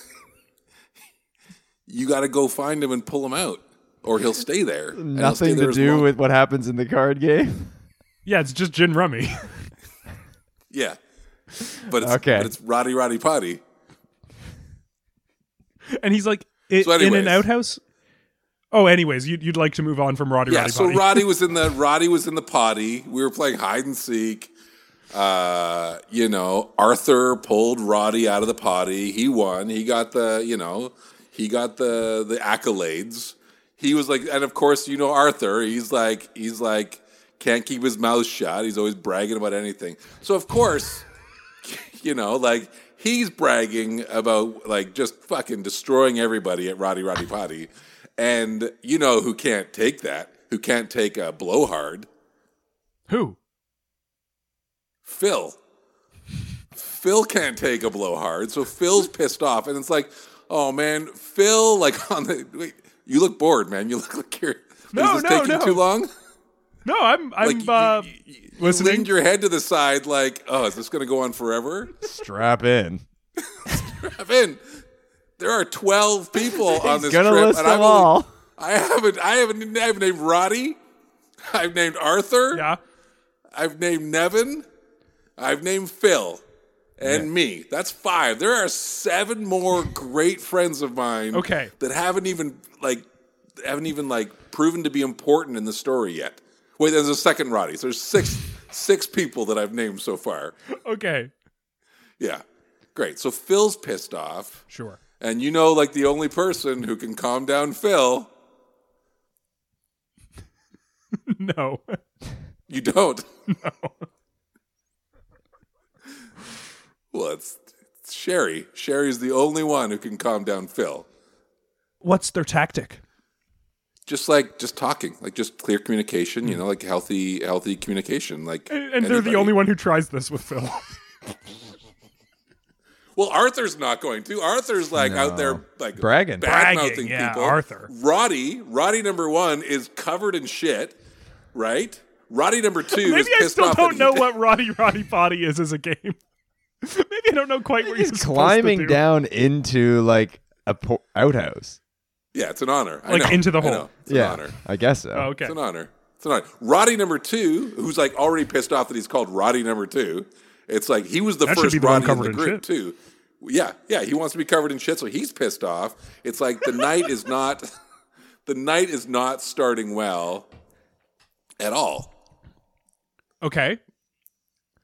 [SPEAKER 3] you got to go find him and pull him out. or he'll stay there. and he'll stay
[SPEAKER 2] Nothing
[SPEAKER 3] there
[SPEAKER 2] to
[SPEAKER 3] as
[SPEAKER 2] do
[SPEAKER 3] long-
[SPEAKER 2] with what happens in the card game.
[SPEAKER 3] [laughs]
[SPEAKER 1] Yeah, it's just gin rummy. [laughs]
[SPEAKER 3] yeah. But it's,
[SPEAKER 2] Okay.
[SPEAKER 3] but it's Roddy Roddy Potty.
[SPEAKER 1] and he's like i
[SPEAKER 3] So
[SPEAKER 1] in an
[SPEAKER 3] anyways.
[SPEAKER 1] outhouse. Oh, anyways, you'd, you'd like to move on from Roddy
[SPEAKER 3] Yeah,
[SPEAKER 1] Roddy
[SPEAKER 3] so
[SPEAKER 1] Potty.
[SPEAKER 3] Roddy was in the Roddy was in the potty. We were playing hide and seek. Uh, you know, Arthur pulled Roddy out of the potty. He won. He got the, you know, he got the the accolades. He was like, and of course, you know Arthur. He's like, he's like, can't keep his mouth shut. He's always bragging about anything. So of course, you know, like he's bragging about like just fucking destroying everybody at Roddy Roddy Potty. And you know who can't take that? Who can't take a blowhard?
[SPEAKER 1] Who?
[SPEAKER 3] Phil. Phil can't take a blowhard, so Phil's pissed off, and it's like, oh man, Phil, like [laughs] on the wait, you look bored, man. You look like you're.
[SPEAKER 1] No,
[SPEAKER 3] is this
[SPEAKER 1] no,
[SPEAKER 3] taking
[SPEAKER 1] no.
[SPEAKER 3] too long?
[SPEAKER 1] No, I'm I'm
[SPEAKER 3] Like,
[SPEAKER 1] uh,
[SPEAKER 3] you, you, you
[SPEAKER 1] listening.
[SPEAKER 3] leaned your head to the side, like, oh, is this going to go on forever?
[SPEAKER 2] Strap in.
[SPEAKER 3] Evan, there are twelve people on this
[SPEAKER 2] gonna
[SPEAKER 3] trip,
[SPEAKER 2] list
[SPEAKER 3] and I've
[SPEAKER 2] them
[SPEAKER 3] only- [laughs]
[SPEAKER 2] all.
[SPEAKER 3] I haven't. I haven't. I've named Roddy. I've named Arthur.
[SPEAKER 1] [laughs] yeah.
[SPEAKER 3] I've named Nevin. I've named Phil. And me. That's five. There are seven more great friends of mine.
[SPEAKER 1] Okay.
[SPEAKER 3] That haven't even like haven't even like proven to be important in the story yet. Wait, there's a second Roddy. So there's six six people that I've named so far.
[SPEAKER 1] Okay.
[SPEAKER 3] Yeah. Great. So Phil's pissed off.
[SPEAKER 1] Sure. [laughs]
[SPEAKER 3] And you know, like the only person who can calm down Phil,
[SPEAKER 1] no. [laughs]
[SPEAKER 3] you don't. [laughs] No. well, it's, it's Sherry. Sherry's the only one who can calm down Phil.
[SPEAKER 1] What's their tactic?
[SPEAKER 3] Just like just talking, like just clear communication, you know, like healthy, healthy communication. Like,
[SPEAKER 1] Mm. And, and they're the
[SPEAKER 3] anybody-
[SPEAKER 1] only one who tries this with
[SPEAKER 3] [laughs]
[SPEAKER 1] Phil.
[SPEAKER 3] Well, Arthur's not going to. Arthur's like out there, like
[SPEAKER 2] Bragging.
[SPEAKER 3] bad
[SPEAKER 1] Bragging,
[SPEAKER 3] mouthing
[SPEAKER 1] yeah,
[SPEAKER 3] people.
[SPEAKER 1] Arthur.
[SPEAKER 3] Roddy, Roddy number one is covered in shit, right? Roddy number two
[SPEAKER 1] [laughs] [laughs]
[SPEAKER 3] is
[SPEAKER 1] Maybe I
[SPEAKER 3] pissed
[SPEAKER 1] still
[SPEAKER 3] off that
[SPEAKER 1] don't
[SPEAKER 3] he
[SPEAKER 1] know
[SPEAKER 3] did-
[SPEAKER 1] what Roddy Roddy Potty is as a game. [laughs] Maybe I don't know quite what
[SPEAKER 2] He's
[SPEAKER 1] you're
[SPEAKER 2] climbing
[SPEAKER 1] supposed to do.
[SPEAKER 2] down into like a po- outhouse.
[SPEAKER 3] Yeah, it's an honor. I
[SPEAKER 1] Like,
[SPEAKER 3] know,
[SPEAKER 1] into the
[SPEAKER 3] I
[SPEAKER 1] hole.
[SPEAKER 3] know. It's
[SPEAKER 2] yeah,
[SPEAKER 3] an honor.
[SPEAKER 2] I guess so.
[SPEAKER 1] Oh, okay.
[SPEAKER 3] It's an honor. It's an honor. Roddy number two, who's like already pissed off that he's called Roddy number two. It's like he was the
[SPEAKER 1] That should
[SPEAKER 3] first
[SPEAKER 1] be the one
[SPEAKER 3] Roddy in the
[SPEAKER 1] covered in
[SPEAKER 3] group
[SPEAKER 1] shit.
[SPEAKER 3] too. Yeah, yeah. He wants to be covered in shit, so he's pissed off. It's like the night is not [laughs] the night is not starting well at all.
[SPEAKER 1] Okay.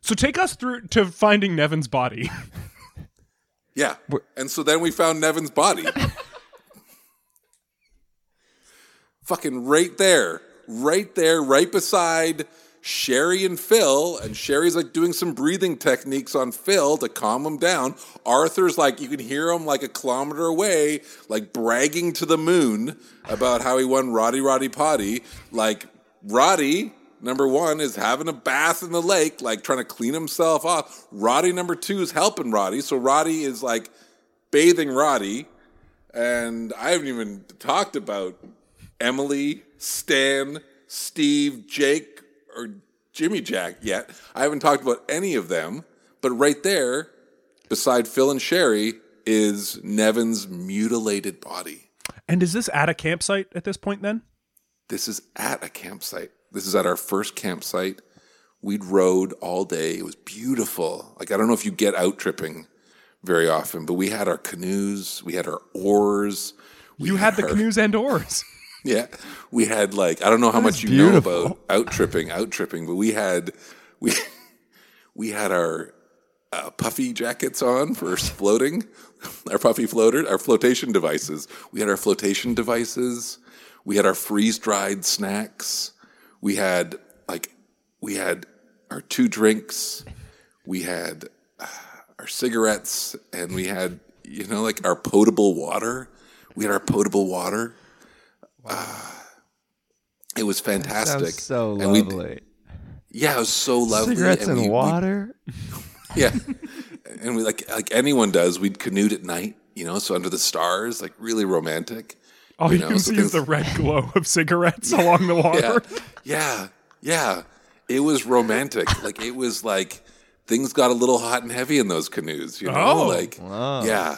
[SPEAKER 1] So take us through to finding Nevin's body. [laughs]
[SPEAKER 3] Yeah. And so then we found Nevin's body. Fucking right there. Right there, right beside Sherry and Phil. And Sherry's like doing some breathing techniques on Phil to calm him down. Arthur's like, you can hear him like a kilometer away, like bragging to the moon about how he won Roddy Roddy Potty. Like, Roddy. Number one is having a bath in the lake, like trying to clean himself off. Roddy number two is helping Roddy. So Roddy is like bathing Roddy. And I haven't even talked about Emily, Stan, Steve, Jake, or Jimmy Jack yet. I haven't talked about any of them. But right there, beside Phil and Sherry, is Nevin's mutilated body.
[SPEAKER 1] And is this at a campsite at this point then?
[SPEAKER 3] This is at a campsite. This is at our first campsite. We'd rode all day. It was beautiful. Like, I don't know if you get out tripping very often, but we had our canoes, we had our oars. we
[SPEAKER 1] You had the
[SPEAKER 3] our-
[SPEAKER 1] canoes and oars.
[SPEAKER 3] Yeah, we had like I don't know how much you know about out tripping, out tripping, but we had we [laughs] we had our uh, puffy jackets on for floating, [laughs] our puffy floater, our flotation devices. We had our flotation devices. We had our freeze dried snacks. We had like we had our two drinks. We had uh, our cigarettes, and we had you know like our potable water. We had our potable water. Uh, It was fantastic.
[SPEAKER 2] Sounds so
[SPEAKER 3] And we-
[SPEAKER 2] lovely.
[SPEAKER 3] yeah, it was so lovely.
[SPEAKER 2] Cigarettes and
[SPEAKER 3] we- we-
[SPEAKER 2] water.
[SPEAKER 3] [laughs] yeah, and we like like anyone does. We'd canoed at night, you know, so under the stars, like really romantic.
[SPEAKER 1] All you,
[SPEAKER 3] know,
[SPEAKER 1] can
[SPEAKER 3] so
[SPEAKER 1] see is the
[SPEAKER 3] things-
[SPEAKER 1] red glow of cigarettes along the water.
[SPEAKER 3] Yeah, yeah, yeah. It was romantic. like it was like things got a little hot and heavy in those canoes. You know,
[SPEAKER 1] Oh.
[SPEAKER 3] like
[SPEAKER 2] Wow.
[SPEAKER 3] yeah,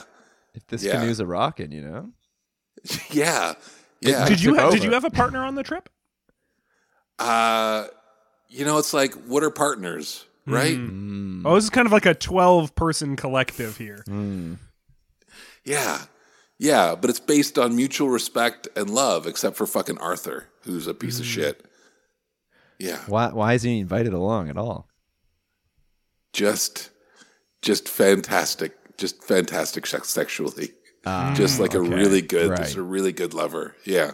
[SPEAKER 2] If this
[SPEAKER 3] Yeah.
[SPEAKER 2] canoe's a rockin', you know.
[SPEAKER 3] yeah, Yeah.
[SPEAKER 1] Did you
[SPEAKER 2] took
[SPEAKER 1] ha- did
[SPEAKER 2] over.
[SPEAKER 1] you have a partner on the trip?
[SPEAKER 3] Uh, you know, it's like what are partners,
[SPEAKER 1] Hmm.
[SPEAKER 3] right?
[SPEAKER 2] Hmm.
[SPEAKER 1] Oh, this is kind of like a twelve person collective here.
[SPEAKER 2] Hmm.
[SPEAKER 3] Yeah, yeah, but it's based on mutual respect and love, except for fucking Arthur, who's a piece of
[SPEAKER 1] Hmm.
[SPEAKER 3] shit. Yeah,
[SPEAKER 2] Why, why is he invited along at all?
[SPEAKER 3] just, just fantastic, just fantastic sex- sexually.
[SPEAKER 1] Hmm.
[SPEAKER 3] just like a really good, just
[SPEAKER 2] Mm, right.
[SPEAKER 3] a really good lover. Yeah,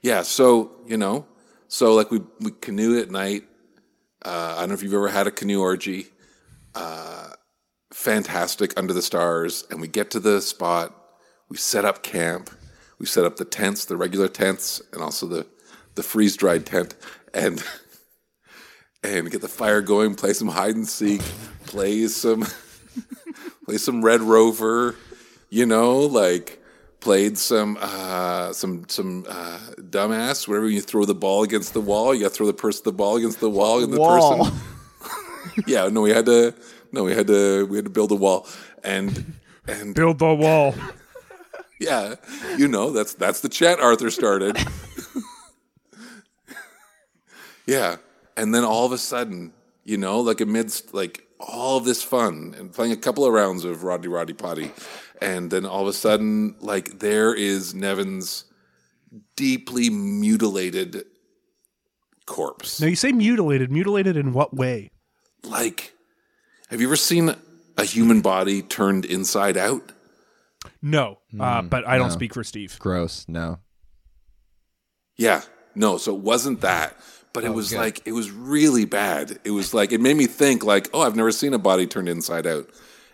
[SPEAKER 3] yeah. So you know, so like we we canoe at night. Uh, I don't know if you've ever had a canoe orgy. Uh, fantastic under the stars and we get to the spot we set up camp we set up the tents the regular tents and also the the freeze dried tent and and get the fire going play some hide and seek play some [laughs] play some red rover you know like played some uh some some uh dumbass whatever you throw the ball against the wall you gotta throw the person the ball against the wall and the
[SPEAKER 2] Wall.
[SPEAKER 3] person yeah, no, we had to, no, we had to, we had to build a wall, and and
[SPEAKER 1] Build the wall.
[SPEAKER 3] yeah, you know, that's that's the chat Arthur started. yeah, and then all of a sudden, you know, like amidst like all of this fun and playing a couple of rounds of Roddy Roddy Potty, and then all of a sudden, like there is Nevin's deeply mutilated corpse.
[SPEAKER 1] now you say mutilated. Mutilated in what way?
[SPEAKER 3] like have you ever seen a human body turned inside out
[SPEAKER 1] No, uh, but I don't speak for Steve.
[SPEAKER 2] Gross. No.
[SPEAKER 3] yeah no so it wasn't that but it was like it was really bad it was like it made me think like oh i've never seen a body turned inside out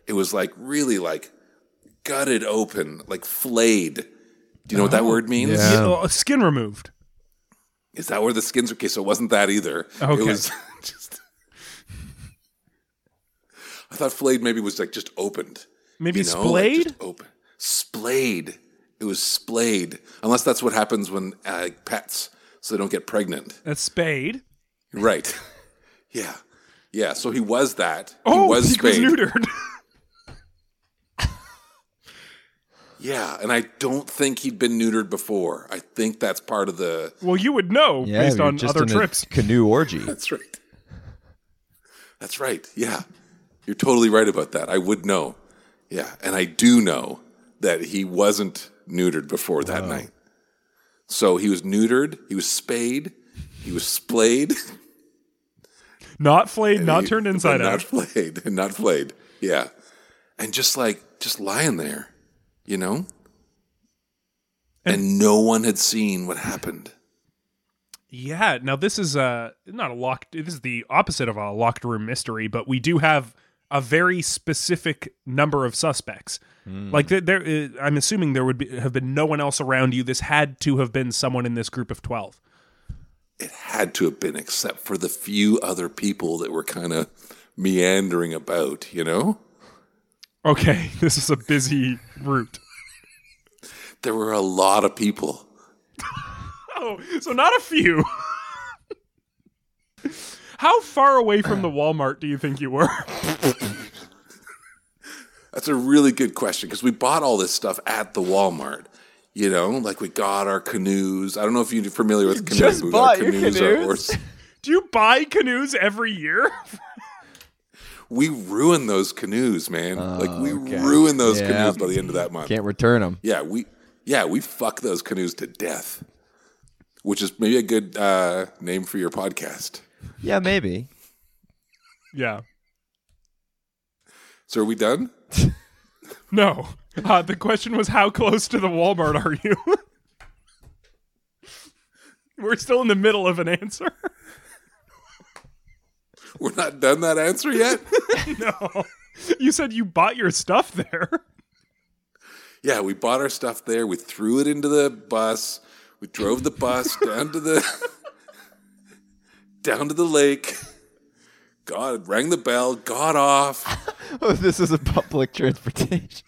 [SPEAKER 3] it was like really like gutted open like flayed do you know what that word means
[SPEAKER 2] yeah.
[SPEAKER 1] Yeah, uh, skin removed.
[SPEAKER 3] is that where the skins okay so it wasn't that either
[SPEAKER 1] Okay.
[SPEAKER 3] it was [laughs] just i thought flayed maybe was like just opened
[SPEAKER 1] Maybe
[SPEAKER 3] You
[SPEAKER 1] it's
[SPEAKER 3] know, like
[SPEAKER 1] splayed.
[SPEAKER 3] just open. Splayed. It was splayed. Unless that's what happens when uh, pets, so they don't get pregnant.
[SPEAKER 1] That's spade.
[SPEAKER 3] Right. [laughs] yeah. Yeah. So he was that.
[SPEAKER 1] Oh,
[SPEAKER 3] he was
[SPEAKER 1] he was
[SPEAKER 3] spayed.
[SPEAKER 1] neutered. [laughs]
[SPEAKER 3] Yeah. And I don't think he'd been neutered before. I think that's part
[SPEAKER 1] [laughs]
[SPEAKER 3] of the.
[SPEAKER 1] well, you would know
[SPEAKER 2] Yeah,
[SPEAKER 1] based
[SPEAKER 2] you're
[SPEAKER 1] on
[SPEAKER 2] just
[SPEAKER 1] other
[SPEAKER 2] in a
[SPEAKER 1] trips.
[SPEAKER 2] canoe orgy.
[SPEAKER 3] [laughs] That's right. That's right. Yeah. You're totally right about that. I would know. Yeah. And I do know that he wasn't neutered before that night. So he was neutered, he was spayed, he was splayed. [laughs]
[SPEAKER 1] Not flayed, not
[SPEAKER 3] He- [laughs]
[SPEAKER 1] turned inside
[SPEAKER 3] and
[SPEAKER 1] out.
[SPEAKER 3] Not flayed. and [laughs] Not flayed. Yeah. And just like just lying there, you know? And no one had seen what happened.
[SPEAKER 1] Yeah. Now this is uh not a locked. This is the opposite of a locked room mystery, but we do have a very specific number of suspects. Like there, there is, I'm assuming there would be, have been no one else around you. This had to have been someone in this group of twelve.
[SPEAKER 3] it had to have been, except for the few other people that were kind of meandering about, you know?
[SPEAKER 1] Okay, [laughs] this is a busy route.
[SPEAKER 3] There were a lot of people.
[SPEAKER 1] Oh, so not a few. [laughs] How far away from the Walmart do you think you were? [laughs]
[SPEAKER 3] That's a really good question because we bought all this stuff at the Walmart. You know, like we got our canoes. I don't know if you're familiar with canoes.
[SPEAKER 2] just
[SPEAKER 3] we got
[SPEAKER 2] bought your
[SPEAKER 3] our
[SPEAKER 2] canoes?
[SPEAKER 3] horse-
[SPEAKER 1] Do you buy canoes every year? [laughs]
[SPEAKER 3] We ruined those canoes, man. like we ruined those
[SPEAKER 2] Oh, Yeah.
[SPEAKER 3] canoes by the end of that month.
[SPEAKER 2] Can't return them.
[SPEAKER 3] Yeah, we yeah we fuck those canoes to death, which is maybe a good uh, name for your podcast.
[SPEAKER 2] Yeah, maybe. [laughs]
[SPEAKER 1] Yeah.
[SPEAKER 3] So are we done? [laughs]
[SPEAKER 1] No. Uh, the question was how close to the Walmart are you? [laughs] We're still in the middle of an answer. [laughs]
[SPEAKER 3] We're not done that answer
[SPEAKER 2] [laughs]
[SPEAKER 3] yet.
[SPEAKER 1] no. You said you bought your stuff there.
[SPEAKER 3] yeah, we bought our stuff there. We threw it into the bus. We drove the
[SPEAKER 2] [laughs]
[SPEAKER 3] bus down to the [laughs] down to the lake. God rang the bell. Got off.
[SPEAKER 2] Oh, this is a public [laughs] transportation.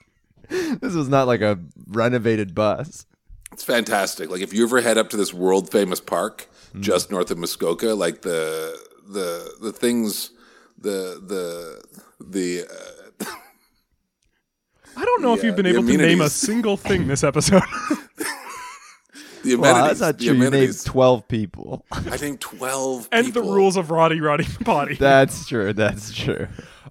[SPEAKER 2] this was not like a renovated bus.
[SPEAKER 3] It's fantastic. Like if you ever head up to this world famous park
[SPEAKER 2] Mm-hmm.
[SPEAKER 3] just north of Muskoka, like the the the things the the the uh, [laughs]
[SPEAKER 1] I don't know if
[SPEAKER 3] Yeah,
[SPEAKER 1] you've been
[SPEAKER 3] the
[SPEAKER 1] able to name a
[SPEAKER 3] amenities. [laughs]
[SPEAKER 1] single thing this episode.
[SPEAKER 3] the The amenities.
[SPEAKER 2] Well, that's not
[SPEAKER 3] the
[SPEAKER 2] true. You named
[SPEAKER 3] amenities.
[SPEAKER 2] twelve people. [laughs]
[SPEAKER 3] I named twelve.
[SPEAKER 1] and
[SPEAKER 3] people.
[SPEAKER 1] the rules of Roddy Roddy Potty.
[SPEAKER 2] That's true. That's true.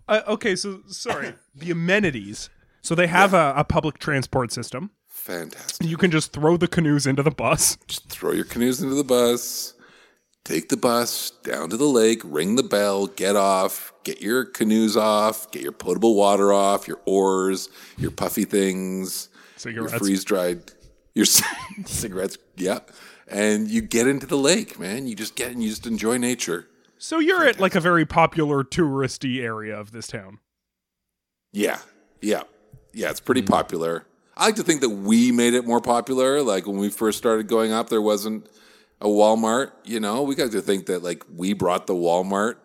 [SPEAKER 1] uh, okay, so sorry. the amenities. So they have a, a public transport system.
[SPEAKER 3] Fantastic.
[SPEAKER 1] You can just throw the canoes into the bus.
[SPEAKER 3] Just throw your canoes into the bus. Take the bus down to the lake. Ring the bell. Get off. Get your canoes off. Get your potable water off. Your oars. Your puffy things. your
[SPEAKER 1] Cigarettes.
[SPEAKER 3] freeze dried. Your [laughs] c- cigarettes. Yeah. And you get into the lake, man. You just get and you just enjoy nature.
[SPEAKER 1] So you're at like a very popular touristy area of this town.
[SPEAKER 3] Yeah. Yeah. Yeah. It's pretty popular. I like to think that we made it more popular. Like when we first started going up, there wasn't a Walmart. You know, we got to think that like we brought the Walmart.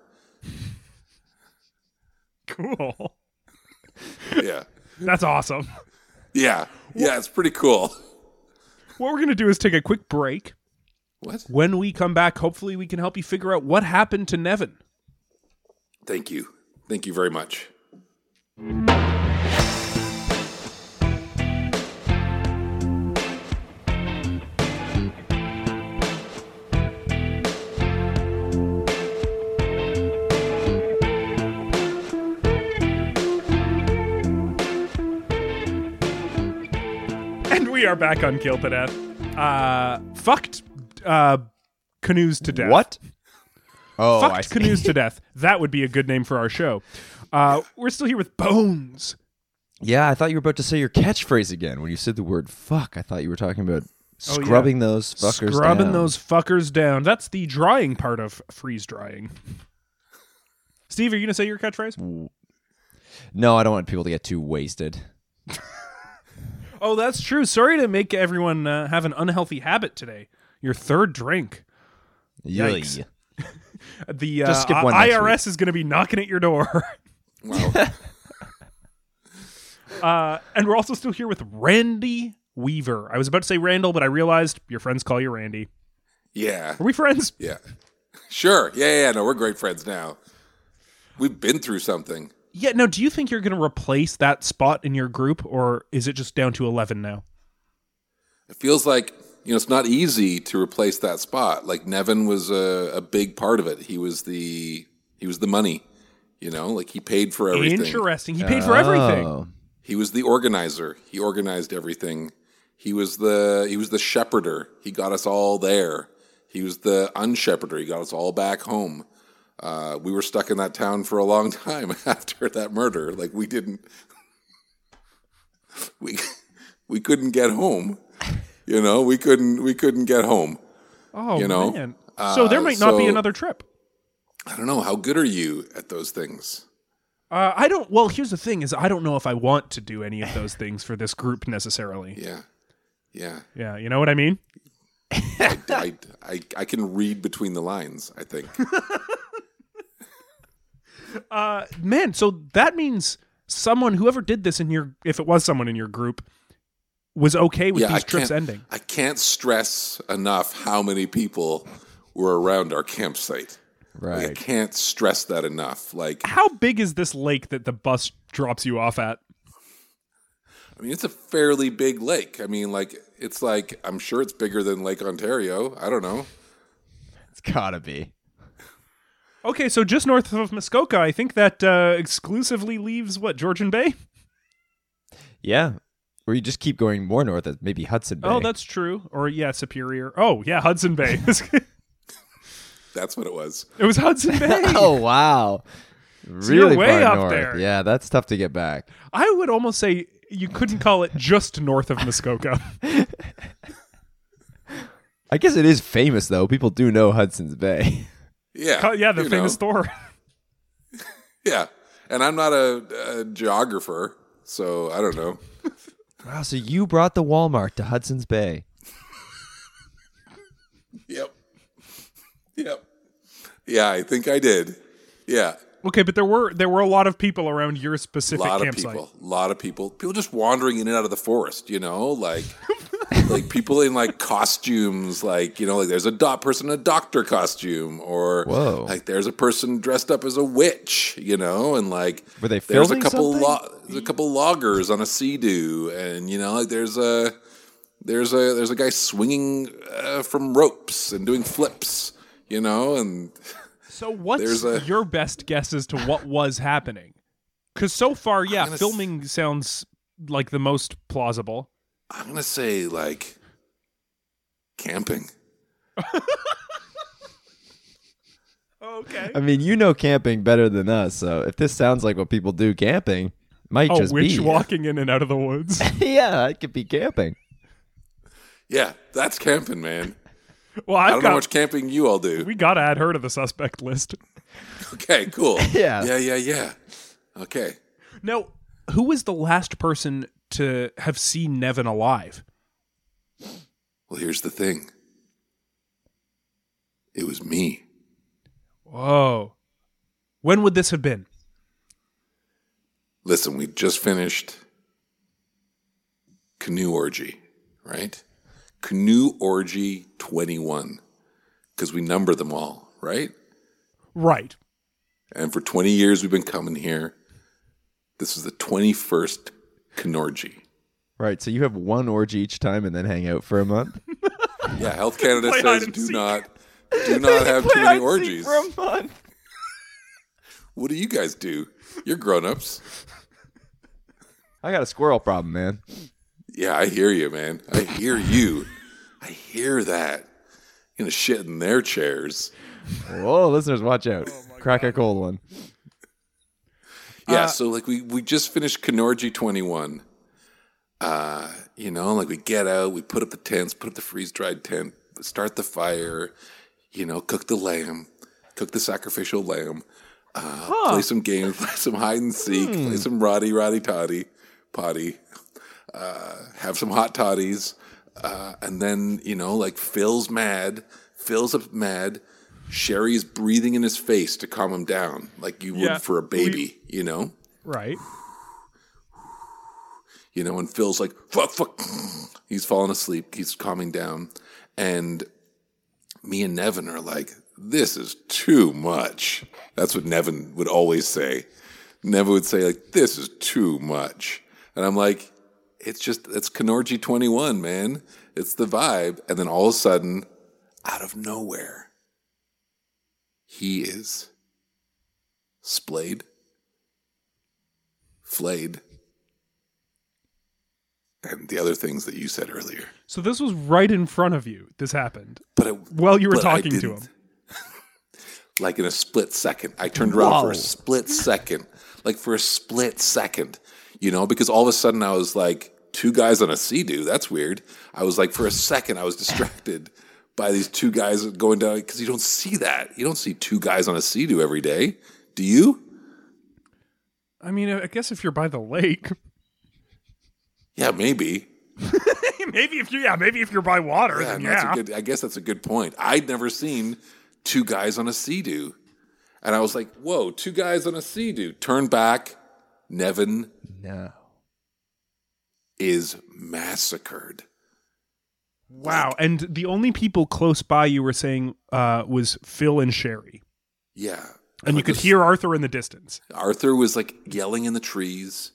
[SPEAKER 1] Cool.
[SPEAKER 3] Yeah.
[SPEAKER 1] That's awesome.
[SPEAKER 3] Yeah. Yeah. It's pretty cool.
[SPEAKER 1] What we're going to do is take a quick break.
[SPEAKER 3] What?
[SPEAKER 1] When we come back, hopefully we can help you figure out what happened to Nevin.
[SPEAKER 3] Thank you. Thank you very much.
[SPEAKER 1] And we are back on Kill to Death. Uh, fucked uh, canoes to death.
[SPEAKER 2] What? Oh, I
[SPEAKER 1] Fucked
[SPEAKER 2] see.
[SPEAKER 1] canoes to death. That would be a good name for our show. Uh, we're still here with Bones.
[SPEAKER 2] Yeah, I thought you were about to say your catchphrase again when you said the word "fuck." I thought you were talking about
[SPEAKER 1] Oh, yeah.
[SPEAKER 2] scrubbing those fuckers.
[SPEAKER 1] Scrubbing
[SPEAKER 2] down.
[SPEAKER 1] those fuckers down. That's the drying part of freeze drying. Steve, are you going to say your catchphrase?
[SPEAKER 2] No, I don't want people to get too wasted.
[SPEAKER 1] Oh, that's true. Sorry to make everyone uh, have an unhealthy habit today. Your third drink. Yikes.
[SPEAKER 2] Yay.
[SPEAKER 1] The uh,
[SPEAKER 2] Just skip one
[SPEAKER 1] I-
[SPEAKER 2] next
[SPEAKER 1] IRS is going to be knocking at your door. [laughs]
[SPEAKER 3] Wow.
[SPEAKER 1] Uh, and we're also still here with Randy Weaver. I was about to say Randall, but I realized your friends call you Randy.
[SPEAKER 3] yeah.
[SPEAKER 1] Are we friends?
[SPEAKER 3] Yeah. Sure. Yeah. Yeah. No, we're great friends now. We've been through something.
[SPEAKER 1] Yeah. No. Do you think you're going to replace that spot in your group, or is it just down to eleven now?
[SPEAKER 3] it feels like you know it's not easy to replace that spot like nevin was a, a big part of it he was the he was the money you know like he paid for everything
[SPEAKER 1] Interesting. He paid for everything.
[SPEAKER 2] Oh.
[SPEAKER 3] he was the organizer he organized everything he was the he was the shepherder he got us all there he was the unshepherder he got us all back home uh, we were stuck in that town for a long [laughs] time after that murder like we didn't [laughs] we we couldn't get home you know we couldn't we couldn't get home
[SPEAKER 1] Oh
[SPEAKER 3] You know,
[SPEAKER 1] man. so there
[SPEAKER 3] uh,
[SPEAKER 1] might not be
[SPEAKER 3] so-
[SPEAKER 1] another trip.
[SPEAKER 3] i don't know how good are you at those things
[SPEAKER 1] Uh, I don't. Well, here's the thing: is I don't know if I want to do any of those things for this group necessarily.
[SPEAKER 3] yeah yeah
[SPEAKER 1] Yeah, you know what I mean.
[SPEAKER 3] I, I, I can read between the lines i think
[SPEAKER 1] Uh, man, so that means someone, whoever did this in your, if it was someone in your group, was okay with these trips
[SPEAKER 3] can't,
[SPEAKER 1] ending.
[SPEAKER 3] I can't stress enough how many people were around our campsite. Like, I
[SPEAKER 2] Right.
[SPEAKER 3] can't stress that enough. Like,
[SPEAKER 1] How big is this lake that the bus drops you off at?
[SPEAKER 3] I mean, it's a fairly big lake. I mean, like, it's like, I'm sure it's bigger than Lake Ontario. I don't know.
[SPEAKER 2] [laughs] It's gotta be.
[SPEAKER 1] Okay, so just north of Muskoka, I think that uh, exclusively leaves what Georgian Bay.
[SPEAKER 2] Yeah. Or you just keep going more north at maybe Hudson Bay.
[SPEAKER 1] Oh,
[SPEAKER 2] [laughs]
[SPEAKER 1] that's true. Or yeah, Superior. Oh yeah, Hudson Bay. [laughs]
[SPEAKER 3] That's what it was.
[SPEAKER 1] it was
[SPEAKER 3] [laughs]
[SPEAKER 1] Hudson Bay.
[SPEAKER 2] Oh wow. Really
[SPEAKER 1] you're way
[SPEAKER 2] far
[SPEAKER 1] up
[SPEAKER 2] north.
[SPEAKER 1] there.
[SPEAKER 2] Yeah, that's tough to get back.
[SPEAKER 1] I would almost say you couldn't call it just north of Muskoka.
[SPEAKER 3] [laughs]
[SPEAKER 2] I guess it is famous though. People do know Hudson's Bay. [laughs]
[SPEAKER 3] Yeah.
[SPEAKER 1] yeah, the
[SPEAKER 3] you know.
[SPEAKER 1] famous Thor. [laughs]
[SPEAKER 3] Yeah. And I'm not a, a geographer, so I don't know.
[SPEAKER 2] Wow, so you brought the Walmart to Hudson's Bay.
[SPEAKER 3] Yep. Yep. Yeah, I think I did. Yeah.
[SPEAKER 1] okay, but there were there were a lot of people around your specific
[SPEAKER 3] lot
[SPEAKER 1] campsite.
[SPEAKER 3] of people a lot of people people just wandering in and out of the forest you
[SPEAKER 2] [laughs]
[SPEAKER 3] know like like people in like costumes like you know like there's a dot person in a doctor costume or
[SPEAKER 2] Whoa.
[SPEAKER 3] like there's a person dressed up as a witch you know and like
[SPEAKER 2] Were they
[SPEAKER 3] there's a
[SPEAKER 2] filming
[SPEAKER 3] couple
[SPEAKER 2] something?
[SPEAKER 3] there's a couple loggers on a sea doo and you know like there's a There's a there's a guy swinging uh, from ropes and doing flips, you know, and
[SPEAKER 1] So what's
[SPEAKER 3] There's a-
[SPEAKER 1] your best guess as to what was happening? Because so far, yeah,
[SPEAKER 3] gonna s-
[SPEAKER 1] filming sounds like the most plausible.
[SPEAKER 3] I'm gonna say like camping.
[SPEAKER 1] Okay.
[SPEAKER 2] I mean, you know camping better than us, so if this sounds like what people do camping, it might
[SPEAKER 1] Oh,
[SPEAKER 2] just
[SPEAKER 1] witch
[SPEAKER 2] be
[SPEAKER 1] walking in and out of the woods.
[SPEAKER 2] [laughs]
[SPEAKER 3] [laughs]
[SPEAKER 2] yeah, it could be camping.
[SPEAKER 3] Yeah, that's camping, man.
[SPEAKER 1] Well,
[SPEAKER 3] I
[SPEAKER 1] I've
[SPEAKER 3] don't
[SPEAKER 1] got
[SPEAKER 3] know how much camping you all do.
[SPEAKER 1] we gotta add her to the suspect list.
[SPEAKER 3] [laughs] Okay, cool.
[SPEAKER 2] Yeah.
[SPEAKER 3] Yeah, yeah, yeah. Okay.
[SPEAKER 1] Now, who was the last person to have seen Nevin alive?
[SPEAKER 3] Well, here's the thing. It was me.
[SPEAKER 1] Whoa. When would this have been?
[SPEAKER 3] Listen, we just finished Canoe Orgy, right? Canoe Orgy 21, because we number them all, right?
[SPEAKER 1] Right.
[SPEAKER 3] And for 20 years, we've been coming here. This is the 21st Canorgy.
[SPEAKER 2] Right, so you have one orgy each time and then hang out for a
[SPEAKER 1] [laughs]
[SPEAKER 2] month.
[SPEAKER 3] Yeah, Health Canada
[SPEAKER 1] Play hide
[SPEAKER 3] says
[SPEAKER 1] and
[SPEAKER 3] do
[SPEAKER 1] seek. [laughs]
[SPEAKER 3] not do not have too many orgies.
[SPEAKER 2] for a month.
[SPEAKER 3] What do you guys do? You're grown-ups.
[SPEAKER 2] I got a squirrel problem, man.
[SPEAKER 3] Yeah, I hear you, man. I hear you. I hear that. You're gonna shit in their chairs.
[SPEAKER 2] Whoa, listeners, watch out!
[SPEAKER 3] Oh
[SPEAKER 2] Crack a cold one.
[SPEAKER 1] Uh,
[SPEAKER 3] Yeah, so like we we just finished Canorgy 21. Uh, you know, like we get out, we put up the tents, put up the freeze-dried tent, start the fire, you know, cook the lamb, cook the sacrificial lamb, uh, play some games, [laughs] play some hide and seek,
[SPEAKER 1] Hmm.
[SPEAKER 3] play some roddy roddy toddy, potty, uh, have some hot toddies, uh, and then you know, like Phil's mad, Phil's up mad. Sherry's breathing in his face to calm him down, like you
[SPEAKER 1] Yeah,
[SPEAKER 3] would for a
[SPEAKER 1] we-
[SPEAKER 3] baby, you know.
[SPEAKER 1] Right.
[SPEAKER 3] you know, and Phil's like, fuck, fuck. He's falling asleep. He's calming down. And me and Nevin are like, this is too much. That's what Nevin would always say. Nevin would say, like, this is too much. And I'm like, it's just, it's Canorgy 21, man. It's the vibe. And then all of a sudden, out of nowhere, he is splayed, flayed, and the other things that you said earlier.
[SPEAKER 1] So this was right in front of you. This happened
[SPEAKER 3] But it,
[SPEAKER 1] while you were
[SPEAKER 3] but I
[SPEAKER 1] talking to
[SPEAKER 3] didn't-
[SPEAKER 1] him.
[SPEAKER 3] like in a split second. I turned around for
[SPEAKER 2] Whoa.
[SPEAKER 3] a split second, like for a split second, you know, because all of a sudden I was like, two guys on a sea do. That's weird. I was like, for a second, I was distracted by these two guys going down because you don't see that. You don't see two guys on a sea do every day, do you?
[SPEAKER 1] I mean, I guess if you're by the lake,
[SPEAKER 3] Yeah, maybe.
[SPEAKER 1] [laughs] maybe if you yeah, maybe if you're by water,
[SPEAKER 3] Yeah,
[SPEAKER 1] then
[SPEAKER 3] and that's
[SPEAKER 1] yeah.
[SPEAKER 3] a good. I guess that's a good point. I'd never seen two guys on a sea doo, and I was like, "Whoa, two guys on a sea doo." Turn back. Nevin
[SPEAKER 2] No.
[SPEAKER 3] is massacred.
[SPEAKER 1] wow. And the only people close by you were saying uh, was Phil and Sherry,
[SPEAKER 3] Yeah,
[SPEAKER 1] and you
[SPEAKER 3] Like
[SPEAKER 1] could
[SPEAKER 3] this-
[SPEAKER 1] hear Arthur in the distance. [laughs]
[SPEAKER 3] Arthur was like yelling in the trees.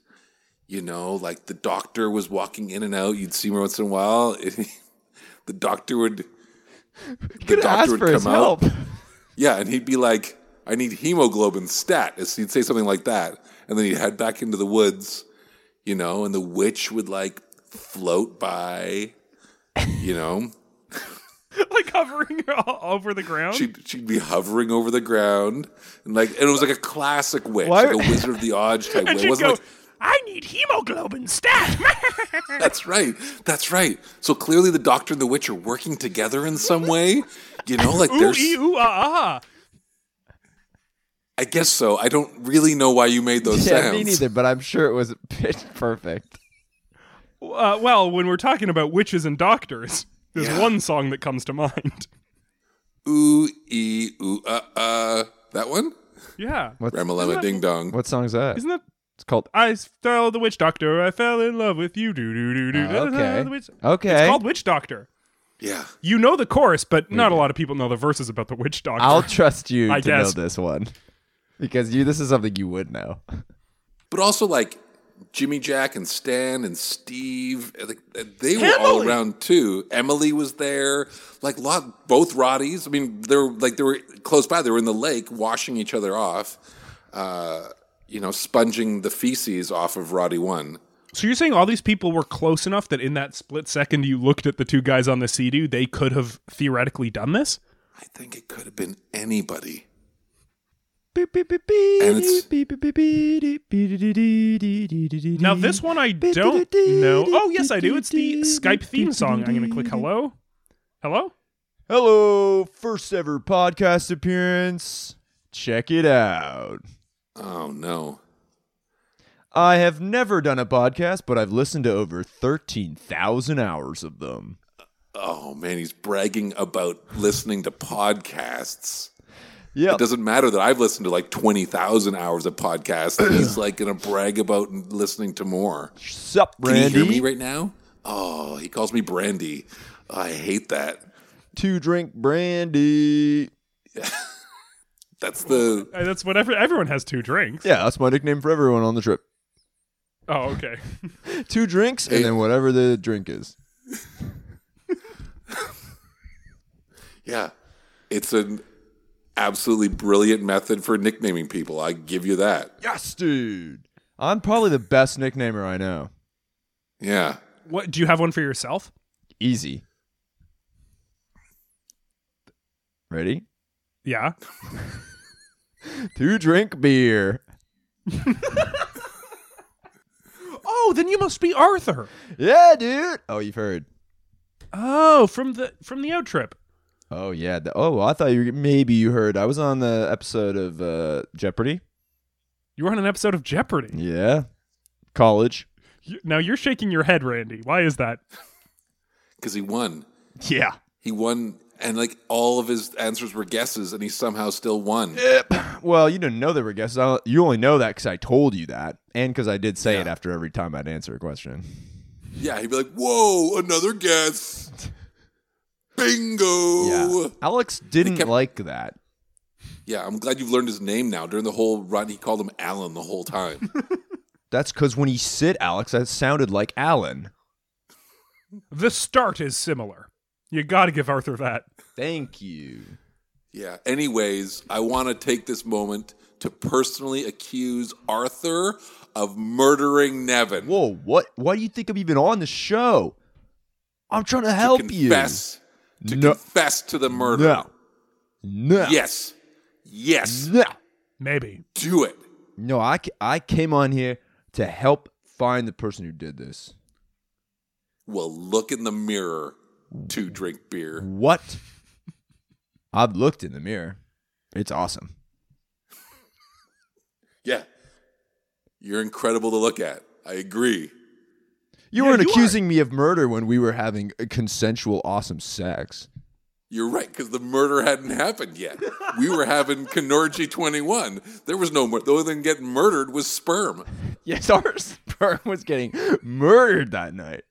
[SPEAKER 3] You know, like the doctor was walking in and out. You'd see him once in a while. [laughs] the doctor would. The
[SPEAKER 2] Could ask for his help.
[SPEAKER 3] Yeah, and he'd be like, I need hemoglobin stat. As He'd say something like that. And then he'd head back into the woods, you know, and the witch would like float by, you
[SPEAKER 2] [laughs]
[SPEAKER 3] know.
[SPEAKER 1] like hovering [laughs] o- over the ground.
[SPEAKER 3] She'd, she'd be hovering over the ground. And like, and it was like a classic witch,
[SPEAKER 2] Why-
[SPEAKER 3] like a Wizard of
[SPEAKER 2] [laughs]
[SPEAKER 3] the Oz type
[SPEAKER 1] and
[SPEAKER 3] witch. It
[SPEAKER 1] she'd
[SPEAKER 3] wasn't
[SPEAKER 1] go,
[SPEAKER 3] like,
[SPEAKER 1] I need hemoglobin stat. [laughs]
[SPEAKER 3] That's right. That's right. So clearly the doctor and the witch are working together in
[SPEAKER 2] [laughs]
[SPEAKER 3] some way. You know, like
[SPEAKER 1] ooh,
[SPEAKER 3] there's
[SPEAKER 1] ee, ooh, ah, ah.
[SPEAKER 3] I guess so. I don't really know why you made
[SPEAKER 2] [laughs]
[SPEAKER 3] those
[SPEAKER 2] Yeah,
[SPEAKER 3] sounds.
[SPEAKER 2] me neither. But I'm sure it was [laughs] pitch perfect.
[SPEAKER 1] Uh, well, when we're talking about witches and doctors, [laughs] there's
[SPEAKER 3] Yeah.
[SPEAKER 1] one song that comes to mind. [laughs]
[SPEAKER 3] Ooh, ee, ooh, uh, uh. That one?
[SPEAKER 1] Yeah.
[SPEAKER 2] What's
[SPEAKER 3] Ramalama Ding Dong.
[SPEAKER 2] what song's that?
[SPEAKER 1] Isn't that
[SPEAKER 2] It's called
[SPEAKER 1] I fell the witch doctor, I fell in love with you. Do do do do.
[SPEAKER 2] Oh, okay.
[SPEAKER 1] The witch-
[SPEAKER 2] Okay.
[SPEAKER 1] It's called Witch Doctor.
[SPEAKER 3] Yeah.
[SPEAKER 1] You know the chorus, but not a lot of people know the verses about the witch doctor.
[SPEAKER 2] Mhm. I'll trust you
[SPEAKER 1] I
[SPEAKER 2] to
[SPEAKER 1] guess.
[SPEAKER 2] know this one because you. This is something you would know.
[SPEAKER 3] But also, like, Jimmy Jack and Stan and Steve. uh, like, They were all
[SPEAKER 1] Emily!
[SPEAKER 3] around too. Emily was there. Like lot both Roddies. I mean, they were like they were close by. They were in the lake washing each other off. Uh, you know, sponging the feces off of Roddy One.
[SPEAKER 1] So you're saying all these people were close enough that in that split second you looked at the two guys on the sea they could have theoretically done this?
[SPEAKER 3] I think it could have been anybody.
[SPEAKER 1] Now
[SPEAKER 2] Now
[SPEAKER 1] this one I don't know. Oh yes, I do. It's the Skype theme song. I'm gonna click hello. Hello?
[SPEAKER 2] Hello, first ever podcast appearance. Check it out.
[SPEAKER 3] Oh no.
[SPEAKER 2] I have never done a podcast, but I've listened to over 13,000 hours of them.
[SPEAKER 3] Oh man, he's bragging about listening to podcasts.
[SPEAKER 2] Yeah.
[SPEAKER 3] It doesn't matter that I've listened to like 20,000 hours of podcasts. and he's like going to brag about listening to more.
[SPEAKER 2] Sup,
[SPEAKER 3] Can you hear me
[SPEAKER 2] Randy?
[SPEAKER 3] right now? Oh, he calls me Brandy. I hate that.
[SPEAKER 2] Two drink brandy.
[SPEAKER 3] That's the
[SPEAKER 1] Uh, That's what every, everyone has two drinks.
[SPEAKER 2] Yeah, that's my nickname for everyone on the trip.
[SPEAKER 1] Oh, okay. [laughs]
[SPEAKER 2] Two drinks and then whatever the drink is.
[SPEAKER 3] yeah. It's an absolutely brilliant method for nicknaming people. I give you that.
[SPEAKER 2] Yes, dude. I'm probably the best nicknamer I know.
[SPEAKER 3] Yeah.
[SPEAKER 1] What do you have one for yourself?
[SPEAKER 2] Easy. Ready?
[SPEAKER 1] Yeah.
[SPEAKER 2] Two drink beer.
[SPEAKER 1] Oh, then you must be Arthur.
[SPEAKER 2] Yeah, dude. Oh, you've heard.
[SPEAKER 1] Oh, from the from the out trip.
[SPEAKER 2] Oh yeah. The- oh, I thought you were- maybe you heard. I was on the episode of uh, Jeopardy.
[SPEAKER 1] You were on an episode of Jeopardy.
[SPEAKER 2] Yeah. College.
[SPEAKER 1] You- Now you're shaking your head, Randy. Why is that?
[SPEAKER 3] Because he won.
[SPEAKER 2] Yeah.
[SPEAKER 3] He won, and like all of his answers were guesses, and he somehow still won.
[SPEAKER 2] [sighs] Well, you didn't know there were guesses. I, you only know that because I told you that, and because I did say it after every time I'd answer a question.
[SPEAKER 3] Yeah, he'd be like, "Whoa, another guess." Bingo.
[SPEAKER 2] Yeah. Alex didn't
[SPEAKER 3] kept-
[SPEAKER 2] like that.
[SPEAKER 3] Yeah, I'm glad you've learned his name now. During the whole run, he called him Alan the
[SPEAKER 2] [laughs]
[SPEAKER 3] whole time.
[SPEAKER 2] That's because when he said Alex, that sounded like Alan.
[SPEAKER 1] The start is similar. You got to give Arthur that.
[SPEAKER 2] Thank you.
[SPEAKER 3] yeah. Anyways, I want to take this moment to personally accuse Arthur of murdering Nevin.
[SPEAKER 2] Whoa, what? Why do you think I'm even on the show? I'm trying to help
[SPEAKER 3] to confess,
[SPEAKER 2] you.
[SPEAKER 3] To
[SPEAKER 2] no,
[SPEAKER 3] confess to the murder.
[SPEAKER 2] no, no,
[SPEAKER 3] Yes. Yes.
[SPEAKER 2] no.
[SPEAKER 1] Maybe.
[SPEAKER 3] Do it.
[SPEAKER 2] No, I, ca- I came on here to help find the person who did this.
[SPEAKER 3] Well, look in the mirror to drink
[SPEAKER 2] Mm.
[SPEAKER 3] beer.
[SPEAKER 2] What? I've looked in the mirror. It's awesome.
[SPEAKER 3] Yeah. You're incredible to look at. I agree.
[SPEAKER 2] You
[SPEAKER 1] Yeah,
[SPEAKER 2] weren't
[SPEAKER 1] you are.
[SPEAKER 2] accusing me of murder when we were having a consensual, awesome sex.
[SPEAKER 3] You're right, because the murder hadn't happened yet. We were having Kenorji 21. There was no murder. The only thing getting murdered was sperm.
[SPEAKER 2] Yes, [laughs] our sperm was getting murdered that night.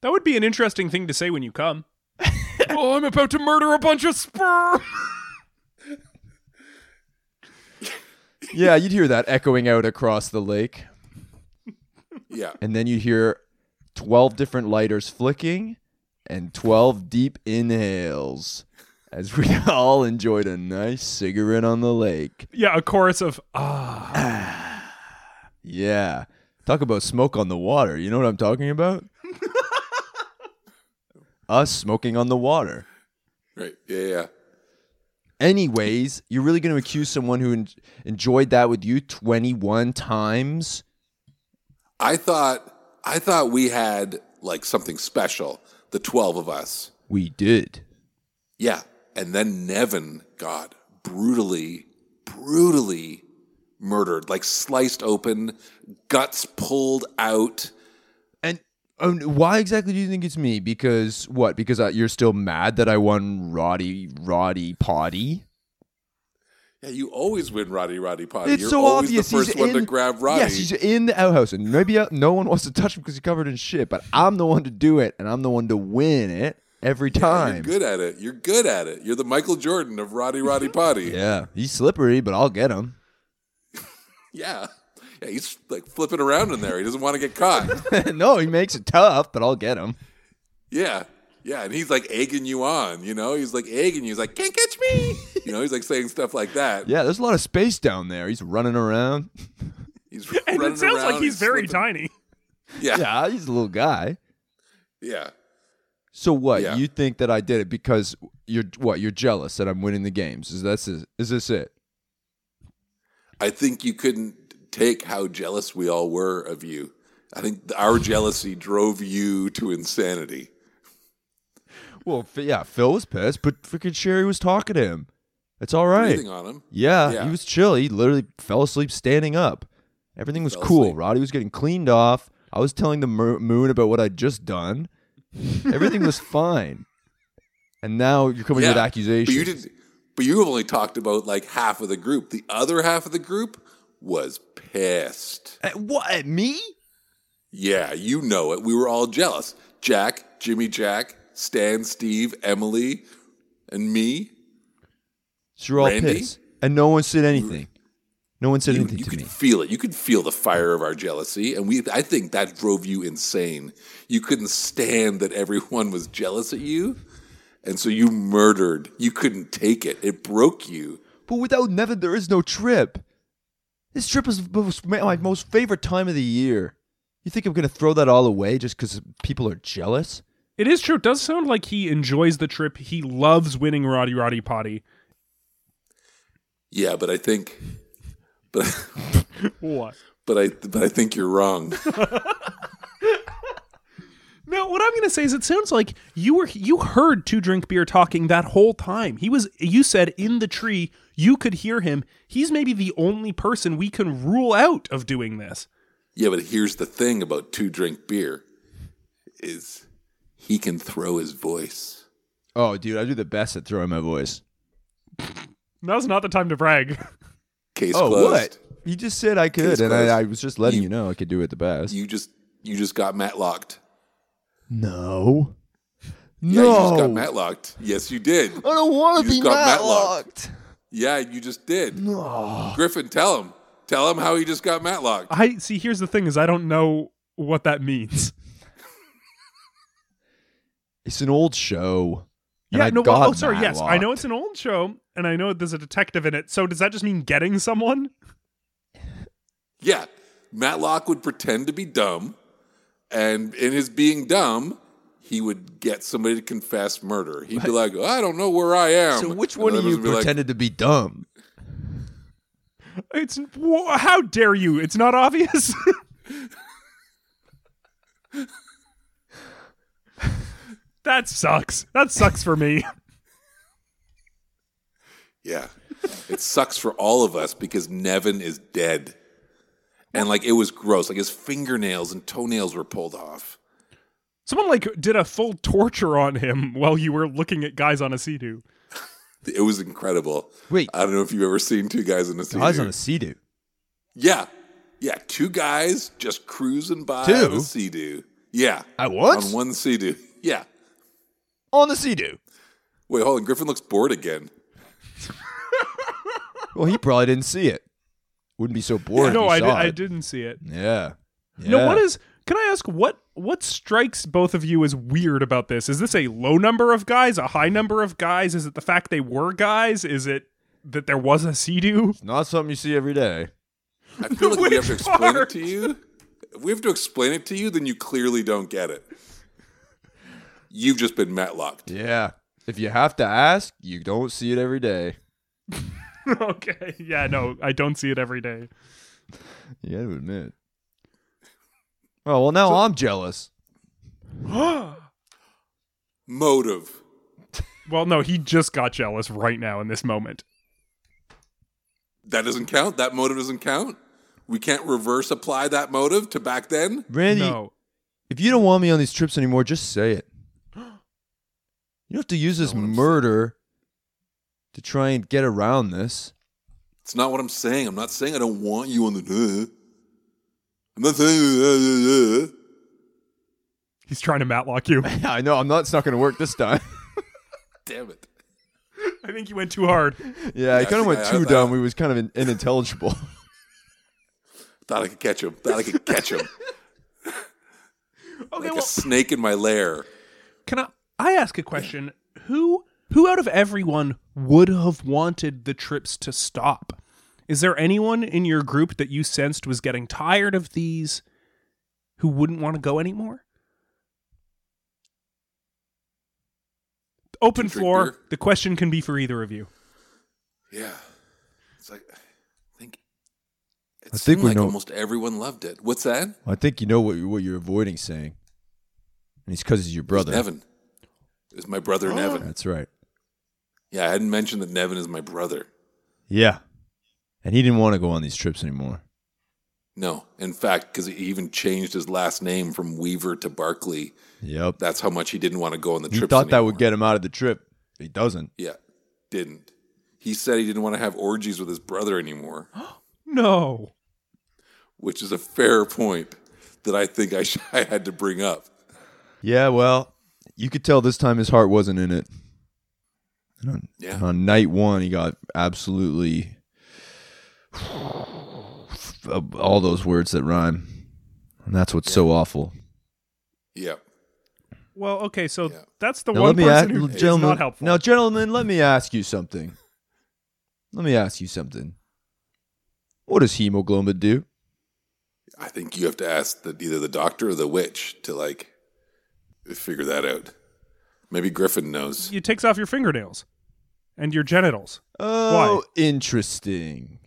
[SPEAKER 1] That would be an interesting thing to say when you
[SPEAKER 3] [laughs]
[SPEAKER 1] come. oh, I'm about to murder a bunch of sperm.
[SPEAKER 2] Yeah, you'd hear that echoing out across the lake.
[SPEAKER 3] Yeah.
[SPEAKER 2] and then you hear 12 different lighters flicking and 12 deep inhales as we [laughs] all enjoyed a nice cigarette on the lake.
[SPEAKER 1] yeah, a chorus of ah.
[SPEAKER 2] Yeah. Talk about smoke on the water. You know what I'm talking about? Us smoking on the water.
[SPEAKER 3] Right. Yeah, yeah.
[SPEAKER 2] Anyways, you're really going to accuse someone who en- enjoyed that with you 21 times?
[SPEAKER 3] I thought I thought we had like something special, the 12 of us.
[SPEAKER 2] We did.
[SPEAKER 3] Yeah. And then Nevin got brutally, brutally murdered, like sliced open, guts pulled out.
[SPEAKER 2] And um, why exactly do you think it's me? Because what? Because I, you're still mad that I won Roddy Roddy Potty.
[SPEAKER 3] Yeah, you always win Roddy Roddy Potty.
[SPEAKER 2] It's
[SPEAKER 3] Uh, You're
[SPEAKER 2] so
[SPEAKER 3] always
[SPEAKER 2] obvious.
[SPEAKER 3] the first
[SPEAKER 2] he's
[SPEAKER 3] one
[SPEAKER 2] in,
[SPEAKER 3] to grab Roddy.
[SPEAKER 2] Yes, he's in the outhouse, and maybe uh, no one wants to touch him because he's covered in shit. But I'm the one to do it, and I'm the one to win it every
[SPEAKER 3] You're
[SPEAKER 2] time.
[SPEAKER 3] good at it. You're good at it. You're the Michael
[SPEAKER 1] [laughs]
[SPEAKER 3] Jordan of Roddy Roddy Potty.
[SPEAKER 2] Yeah, he's slippery, but I'll get him.
[SPEAKER 3] Yeah. Yeah, he's like flipping around in there. He doesn't want to
[SPEAKER 1] [laughs]
[SPEAKER 3] get
[SPEAKER 2] [laughs]
[SPEAKER 3] caught.
[SPEAKER 2] no, he makes it tough, but I'll get him.
[SPEAKER 3] Yeah. Yeah. And he's like egging you on, you know? He's like egging you. He's like, can't catch me. [laughs] You know, he's like saying stuff like that.
[SPEAKER 2] Yeah, there's a lot of space down there. He's running
[SPEAKER 3] [laughs]
[SPEAKER 2] around.
[SPEAKER 3] He's
[SPEAKER 1] [laughs] And
[SPEAKER 3] running
[SPEAKER 1] it sounds like
[SPEAKER 3] around,
[SPEAKER 1] he's very
[SPEAKER 3] slipping.
[SPEAKER 1] tiny.
[SPEAKER 3] Yeah. Yeah.
[SPEAKER 2] Yeah, he's a little guy.
[SPEAKER 3] Yeah.
[SPEAKER 2] So what?
[SPEAKER 3] Yeah.
[SPEAKER 2] You think that I did it because you're what? You're jealous that I'm winning the games. Is that's is this it?
[SPEAKER 3] I think you couldn't take how jealous we all were of you. I think our jealousy drove you to insanity.
[SPEAKER 2] Well, F- yeah, Phil was pissed, but freaking Sherry was talking to him. It's all right.
[SPEAKER 3] Breathing on him.
[SPEAKER 2] Yeah,
[SPEAKER 3] Yeah.
[SPEAKER 2] he was chill. He literally fell asleep standing up. Everything was
[SPEAKER 3] Fell
[SPEAKER 2] cool.
[SPEAKER 3] asleep.
[SPEAKER 2] Roddy was getting cleaned off. I was telling the mer- moon about what I'd just done. Everything [laughs] was fine. And now you're coming with accusations.
[SPEAKER 3] But you did but you only talked about like half of the group. The other half of the group was pissed.
[SPEAKER 2] At Eh, what? At me?
[SPEAKER 3] Yeah, you know it. We were all jealous. Jack, Jimmy Jack, Stan, Steve, Emily, and me.
[SPEAKER 2] So you're all
[SPEAKER 3] Randy?
[SPEAKER 2] pissed. And no one said anything. No one said
[SPEAKER 3] You,
[SPEAKER 2] anything
[SPEAKER 3] you
[SPEAKER 2] to
[SPEAKER 3] could
[SPEAKER 2] me.
[SPEAKER 3] feel it. You could feel the fire of our jealousy, and we—I think that drove you insane. You couldn't stand that everyone was jealous at you, and so you murdered. You couldn't take it. It broke you.
[SPEAKER 2] But without Nevin, there is no trip. This trip is most- my most favorite time of the year. You think I'm going to throw that all away just because people are jealous?
[SPEAKER 1] It is true. It does sound like he enjoys the trip. He loves winning Roddy Roddy Potty.
[SPEAKER 3] Yeah, but I think, but
[SPEAKER 1] What?
[SPEAKER 3] but I but I think you're wrong. [laughs]
[SPEAKER 1] No, what I'm going to say is it sounds like you were you heard Two Drink Beer talking that whole time. He was you said in the tree, you could hear him. He's maybe the only person we can rule out of doing this.
[SPEAKER 3] Yeah, but here's the thing about two drink beer is he can throw his voice.
[SPEAKER 2] Oh, dude, I do the best at throwing my voice.
[SPEAKER 1] Now's not the time to brag. [laughs]
[SPEAKER 3] Case closed.
[SPEAKER 2] He Oh, just said I could,
[SPEAKER 3] Case
[SPEAKER 2] and I,
[SPEAKER 3] closed.
[SPEAKER 2] I was just letting you, know I could do it the best.
[SPEAKER 3] You just you just got matlocked.
[SPEAKER 2] no,
[SPEAKER 3] Yeah, you just
[SPEAKER 2] no,
[SPEAKER 3] got matlocked. Yes, you did.
[SPEAKER 2] I don't want
[SPEAKER 3] you
[SPEAKER 2] to be
[SPEAKER 3] just got
[SPEAKER 2] matlocked.
[SPEAKER 3] Yeah, you just did. Griffin, tell him. Tell him how he just got matlocked.
[SPEAKER 1] I see here's the thing is I don't know what that
[SPEAKER 2] [laughs]
[SPEAKER 1] means.
[SPEAKER 2] [sighs] It's an old show. and
[SPEAKER 1] Yeah,
[SPEAKER 2] I
[SPEAKER 1] no,
[SPEAKER 2] got
[SPEAKER 1] well, oh, sorry, yes. I know
[SPEAKER 2] matlocked.
[SPEAKER 1] it's an old show and I know there's a detective in it. So does that just mean getting someone? [laughs]
[SPEAKER 3] Yeah. Matlock would pretend to be dumb, and in his being dumb, he would get somebody to confess murder. He'd be like, I don't know where I am.
[SPEAKER 2] So which
[SPEAKER 3] Um,
[SPEAKER 2] one
[SPEAKER 3] And the
[SPEAKER 2] of
[SPEAKER 3] others
[SPEAKER 2] you
[SPEAKER 3] would be like,
[SPEAKER 2] pretended to be dumb?
[SPEAKER 1] It's wha- how dare you? It's not obvious. [laughs] that sucks. That sucks for me. [laughs]
[SPEAKER 3] Yeah. It sucks for all of us because Nevin is dead. And like it was gross. Like his fingernails and toenails were pulled off.
[SPEAKER 1] Someone like did a full torture on him while you were looking at guys on a sea-doo.
[SPEAKER 3] It was incredible.
[SPEAKER 2] Wait.
[SPEAKER 3] I don't know if you've ever seen two guys in a
[SPEAKER 2] I was on
[SPEAKER 3] sea.
[SPEAKER 2] a sea doo.
[SPEAKER 3] Yeah. Yeah. Two guys just cruising by
[SPEAKER 2] Two? Uh,
[SPEAKER 3] on a sea doo. Yeah.
[SPEAKER 2] I was
[SPEAKER 3] On one sea doo. Yeah.
[SPEAKER 2] on the sea doo.
[SPEAKER 3] Wait, hold on. Griffin looks bored again.
[SPEAKER 2] Well, he probably didn't see it. Wouldn't be so bored. if
[SPEAKER 1] no,
[SPEAKER 2] he
[SPEAKER 1] I, did,
[SPEAKER 2] saw
[SPEAKER 1] I
[SPEAKER 2] it.
[SPEAKER 1] didn't see it.
[SPEAKER 2] Yeah.
[SPEAKER 1] No,
[SPEAKER 2] Yeah.
[SPEAKER 1] what is? Can I ask what what strikes both of you as weird about this? Is this a low number of guys, a high number of guys? Is it the fact they were guys? Is it that there was a sea-doo? [laughs]
[SPEAKER 2] not something you see every day?
[SPEAKER 3] I feel
[SPEAKER 2] [laughs]
[SPEAKER 3] like we have to
[SPEAKER 1] Which
[SPEAKER 3] explain
[SPEAKER 1] part?
[SPEAKER 3] it to you. If we have to explain it to you, then you clearly don't get it. You've just been matlocked.
[SPEAKER 2] Yeah. If you have to ask, you don't see it every day.
[SPEAKER 1] okay. Yeah, no, I don't see it every [gasps] day.
[SPEAKER 2] You gotta admit. Oh well, now I'm jealous.
[SPEAKER 3] Motive.
[SPEAKER 1] Well, no, he just got jealous right now in this moment.
[SPEAKER 3] That doesn't count. That motive doesn't count. We can't reverse apply that motive to back then.
[SPEAKER 2] Randy,
[SPEAKER 1] No.
[SPEAKER 2] if you don't want me on these trips anymore, just say
[SPEAKER 3] [gasps]
[SPEAKER 2] it. You don't have to use this murder to try and get around this. [laughs]
[SPEAKER 3] It's not what I'm saying. I'm not saying I don't want you on the. uh, I'm not uh, saying.
[SPEAKER 1] He's trying to matlock you.
[SPEAKER 2] Yeah, I know. I'm not. It's not gonna work this time. [laughs]
[SPEAKER 3] Damn it.
[SPEAKER 1] [laughs] I think you went [laughs] too hard.
[SPEAKER 2] yeah, I
[SPEAKER 3] I
[SPEAKER 2] kind of
[SPEAKER 3] think
[SPEAKER 2] went
[SPEAKER 3] I- I-
[SPEAKER 2] too dumb. We was kind of in, unintelligible.
[SPEAKER 3] Thought I could catch him. Thought I could catch him.
[SPEAKER 1] Okay,
[SPEAKER 3] like a
[SPEAKER 1] well,
[SPEAKER 3] snake in my lair.
[SPEAKER 1] can I I ask a question? Who who out of everyone would have wanted the trips to stop? Is there anyone in your group that you sensed was getting tired of these who wouldn't want to go anymore? Open
[SPEAKER 3] you drink
[SPEAKER 1] floor.
[SPEAKER 3] beer?
[SPEAKER 1] The question can be for either of you.
[SPEAKER 3] Yeah. It's like I think it
[SPEAKER 2] I think
[SPEAKER 3] seemed
[SPEAKER 2] we
[SPEAKER 3] like
[SPEAKER 2] know-
[SPEAKER 3] almost everyone loved it. What's that?
[SPEAKER 2] [laughs] I think you know what what you're avoiding saying, and it's because he's your brother.
[SPEAKER 3] It's Nevin. It's my brother
[SPEAKER 2] Oh.
[SPEAKER 3] Nevin.
[SPEAKER 2] That's right.
[SPEAKER 3] Yeah, I hadn't mentioned that Nevin is my brother.
[SPEAKER 2] Yeah, and he didn't want to go on these trips anymore.
[SPEAKER 3] No, in fact, because he even changed his last name from Weaver to Barkley.
[SPEAKER 2] Yep.
[SPEAKER 3] That's how much he didn't want to go on the
[SPEAKER 2] He
[SPEAKER 3] trips.
[SPEAKER 2] thought that would
[SPEAKER 3] anymore.
[SPEAKER 2] get him out of the trip. He doesn't.
[SPEAKER 3] Yeah, didn't. He said he didn't want to have orgies with his
[SPEAKER 2] [gasps]
[SPEAKER 3] brother anymore,
[SPEAKER 1] No.
[SPEAKER 3] which is a fair point that I think I, sh- [laughs] I had to bring up.
[SPEAKER 2] Yeah, well, you could tell this time his heart wasn't in it. And on,
[SPEAKER 3] Yeah.
[SPEAKER 2] and on night one, he got absolutely [sighs] all those words that rhyme, and that's what's so awful.
[SPEAKER 3] Yeah.
[SPEAKER 1] Well, okay, so
[SPEAKER 3] Yeah.
[SPEAKER 1] that's the
[SPEAKER 2] Now
[SPEAKER 1] one
[SPEAKER 2] let me
[SPEAKER 1] person
[SPEAKER 2] ask,
[SPEAKER 1] who is
[SPEAKER 2] gentlemen.
[SPEAKER 1] not helpful.
[SPEAKER 2] Now, gentlemen, let me ask you something. Let me ask you something. What does hemoglobin do?
[SPEAKER 3] I think you have to ask the, either the doctor or the witch to like figure that out. Maybe Griffin knows.
[SPEAKER 1] it takes off your fingernails and your genitals.
[SPEAKER 2] Oh, interesting.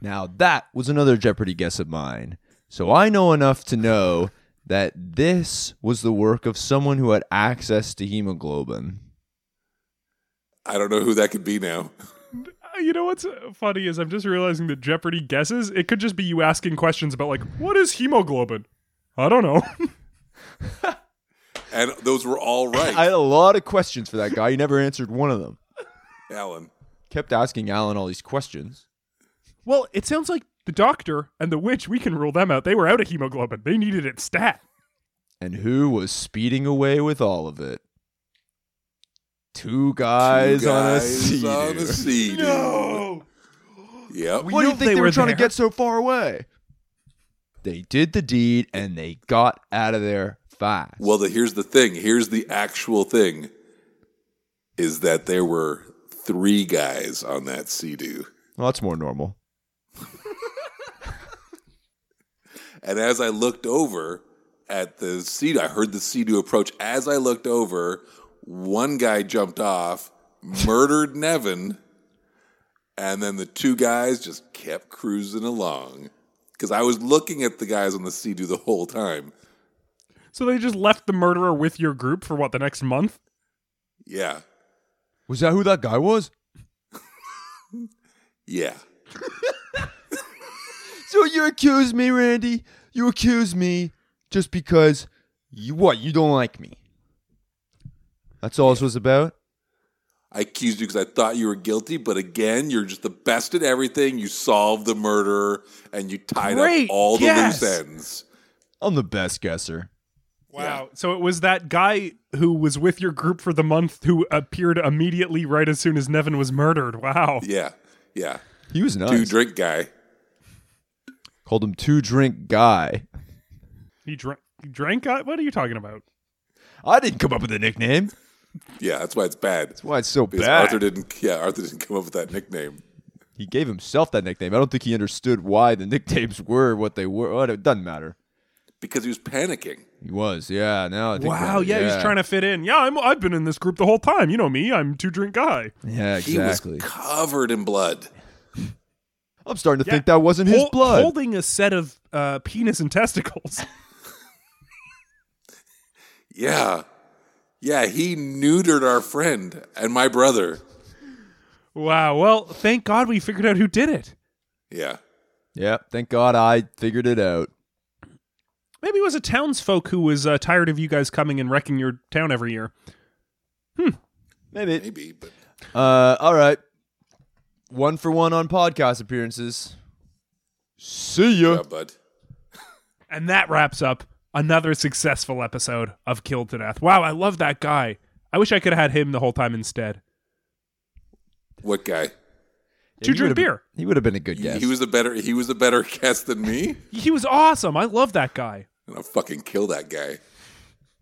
[SPEAKER 2] Now that was another Jeopardy guess of mine. So I know enough to know that this was the work of someone who had access to hemoglobin.
[SPEAKER 3] I don't know who that could be now.
[SPEAKER 1] Uh, You know what's uh, funny is I'm just realizing that Jeopardy guesses it could just be you asking questions about like what is hemoglobin. I don't know. [laughs]
[SPEAKER 3] And those were all
[SPEAKER 2] [laughs] I had
[SPEAKER 3] right,
[SPEAKER 2] a lot of questions for that guy. He never answered one of them.
[SPEAKER 3] Alan.
[SPEAKER 2] Kept asking Alan all these questions.
[SPEAKER 1] well, it sounds like the doctor and the witch. We can rule them out. They were out of hemoglobin. They needed it stat.
[SPEAKER 2] And who was speeding away with all of it? Two guys,
[SPEAKER 3] Two
[SPEAKER 2] on a
[SPEAKER 3] guys
[SPEAKER 2] sea.
[SPEAKER 3] on [laughs] a sea, dude. Yep.
[SPEAKER 1] We
[SPEAKER 2] What do you
[SPEAKER 1] know
[SPEAKER 2] think they,
[SPEAKER 1] they
[SPEAKER 2] were,
[SPEAKER 1] were
[SPEAKER 2] trying to
[SPEAKER 1] there.
[SPEAKER 2] get so far away? They did the deed and they got out of there fast.
[SPEAKER 3] Well, the, here's the thing. Here's the actual thing is that there were three guys on that sea
[SPEAKER 2] Well, that's more normal.
[SPEAKER 3] And as I looked over at the sea I heard the sea approach. As I looked over, one guy jumped off, murdered [laughs] Nevin, and then the two guys just kept cruising along. Because I was looking at the guys on the sea the whole time.
[SPEAKER 1] So they just left the murderer with your group for what the next month.
[SPEAKER 3] Yeah.
[SPEAKER 2] Was that who that guy was?
[SPEAKER 3] Yeah.
[SPEAKER 2] So you accuse me, Randy? You accuse me just because you what? You don't like me. That's all this was about.
[SPEAKER 3] I accused you because I thought you were guilty, but again, you're just the best at everything. You solved the murder and you tied
[SPEAKER 1] Great
[SPEAKER 3] up all
[SPEAKER 1] guess.
[SPEAKER 3] the loose ends.
[SPEAKER 2] I'm the best guesser.
[SPEAKER 1] Wow. So it was that guy who was with your group for the month who appeared immediately right as soon as Nevin was murdered. Wow.
[SPEAKER 3] Yeah. Yeah.
[SPEAKER 2] He was nice.
[SPEAKER 3] Two drink guy.
[SPEAKER 2] Called him two drink guy.
[SPEAKER 1] He drank. He drank. uh, What are you talking about?
[SPEAKER 2] I didn't come up with a nickname. That's
[SPEAKER 3] Yeah, that's why it's bad.
[SPEAKER 2] why it's so
[SPEAKER 3] Because
[SPEAKER 2] bad.
[SPEAKER 3] Arthur didn't yeah, Arthur didn't come up with that nickname.
[SPEAKER 2] he gave himself that nickname. I don't think he understood why the [laughs] nicknames were what they were. What it doesn't matter.
[SPEAKER 3] Because he was panicking.
[SPEAKER 2] He was, yeah. No, I think
[SPEAKER 1] Wow,
[SPEAKER 2] about it,
[SPEAKER 1] yeah, he's trying to fit in. Yeah, I'm, I've been in this group the whole time. You know me, I'm two drink guy.
[SPEAKER 2] Yeah, exactly.
[SPEAKER 3] He was covered in blood.
[SPEAKER 2] I'm starting to
[SPEAKER 1] Yeah.
[SPEAKER 2] think that wasn't his
[SPEAKER 1] Hol-
[SPEAKER 2] blood.
[SPEAKER 1] Holding a set of uh, penis and testicles. [laughs]
[SPEAKER 3] Yeah. Yeah, he neutered our friend and my brother.
[SPEAKER 1] wow, well, thank God we figured out who did it.
[SPEAKER 3] Yeah.
[SPEAKER 2] Yeah, thank God I figured it out.
[SPEAKER 1] Maybe it was a townsfolk who was uh, tired of you guys coming and wrecking your town every year.
[SPEAKER 2] Maybe.
[SPEAKER 3] Maybe, but
[SPEAKER 2] Uh, all right. One for one on podcast appearances. See ya.
[SPEAKER 3] yeah, bud.
[SPEAKER 1] And that wraps up another successful episode of Killed to Death. Wow, I love that guy. I wish I could have had him the whole time instead.
[SPEAKER 3] What guy?
[SPEAKER 1] to
[SPEAKER 2] He
[SPEAKER 1] drink
[SPEAKER 2] would've been-
[SPEAKER 1] beer.
[SPEAKER 2] He would have been a good guest.
[SPEAKER 3] He was a better he was a better [laughs] guest than me.
[SPEAKER 1] He was awesome. I love that guy.
[SPEAKER 3] I'm gonna fucking kill that guy.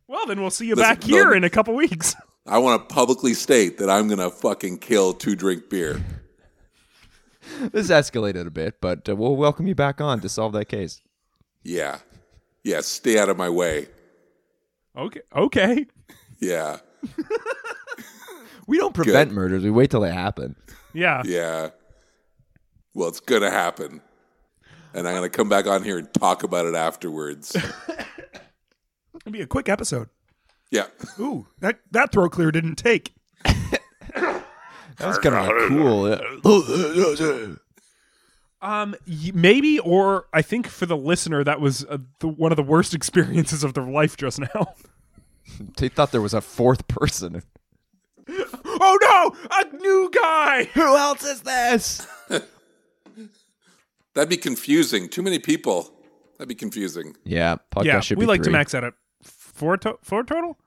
[SPEAKER 1] Well, then we'll see you
[SPEAKER 3] Listen,
[SPEAKER 1] back here
[SPEAKER 3] no-
[SPEAKER 1] in a couple weeks. [laughs]
[SPEAKER 3] I want to publicly state that I'm gonna fucking kill two drink beer.
[SPEAKER 2] this escalated a bit, but uh, we'll welcome you back on to solve that case.
[SPEAKER 3] Yeah, yeah. Stay out of my way.
[SPEAKER 1] Okay. Okay.
[SPEAKER 3] Yeah,
[SPEAKER 2] We don't prevent
[SPEAKER 3] Good.
[SPEAKER 2] murders. We wait till they happen.
[SPEAKER 1] Yeah.
[SPEAKER 3] yeah. Well, it's gonna happen, and I'm gonna come back on here and talk about it afterwards.
[SPEAKER 1] It'll be a quick episode.
[SPEAKER 3] Yeah,
[SPEAKER 1] Ooh, that that throat clear didn't take.
[SPEAKER 2] That was [laughs] kind of a cool. uh,
[SPEAKER 1] Um, y- maybe, or I think for the listener, that was uh, the, one of the worst [laughs] experiences of their life just now.
[SPEAKER 2] they thought there was a fourth person.
[SPEAKER 1] oh no, a new guy.
[SPEAKER 2] Who else is this?
[SPEAKER 3] that'd be confusing. Too many people. That'd be confusing.
[SPEAKER 2] Yeah, podcast
[SPEAKER 1] yeah,
[SPEAKER 2] should
[SPEAKER 1] we
[SPEAKER 2] be
[SPEAKER 1] like to
[SPEAKER 2] three.
[SPEAKER 1] max out at four to- four total.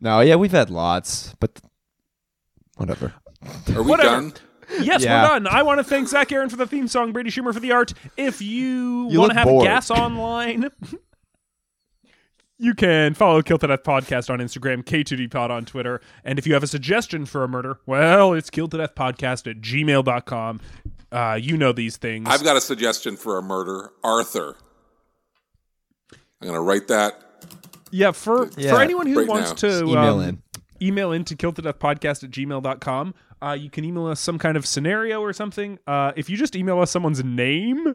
[SPEAKER 2] No, yeah, we've had lots, but
[SPEAKER 1] [laughs]
[SPEAKER 2] whatever.
[SPEAKER 3] Are we
[SPEAKER 1] Whatever.
[SPEAKER 3] done?
[SPEAKER 1] Yes,
[SPEAKER 2] Yeah.
[SPEAKER 1] we're done. I want to thank Zach Aaron for the theme song, Brady Schumer for the art. If you,
[SPEAKER 2] You look
[SPEAKER 1] want to have
[SPEAKER 2] bored.
[SPEAKER 1] a gas online, [laughs] you can follow Kill to Death Podcast on Instagram, K2D Pod on Twitter. And if you have a suggestion for a murder, well, it's kill to death podcast at gmail.com. Uh, you know these things.
[SPEAKER 3] I've got a suggestion for a murder, Arthur. I'm gonna write that.
[SPEAKER 1] yeah, for,
[SPEAKER 2] Yeah,
[SPEAKER 1] for anyone who
[SPEAKER 3] right
[SPEAKER 1] wants
[SPEAKER 3] now.
[SPEAKER 1] to
[SPEAKER 2] Email
[SPEAKER 1] um,
[SPEAKER 2] in.
[SPEAKER 1] email in to killtodeathpodcast at gmail.com. Uh, you can email us some kind of scenario or something. Uh, if you just email us someone's name,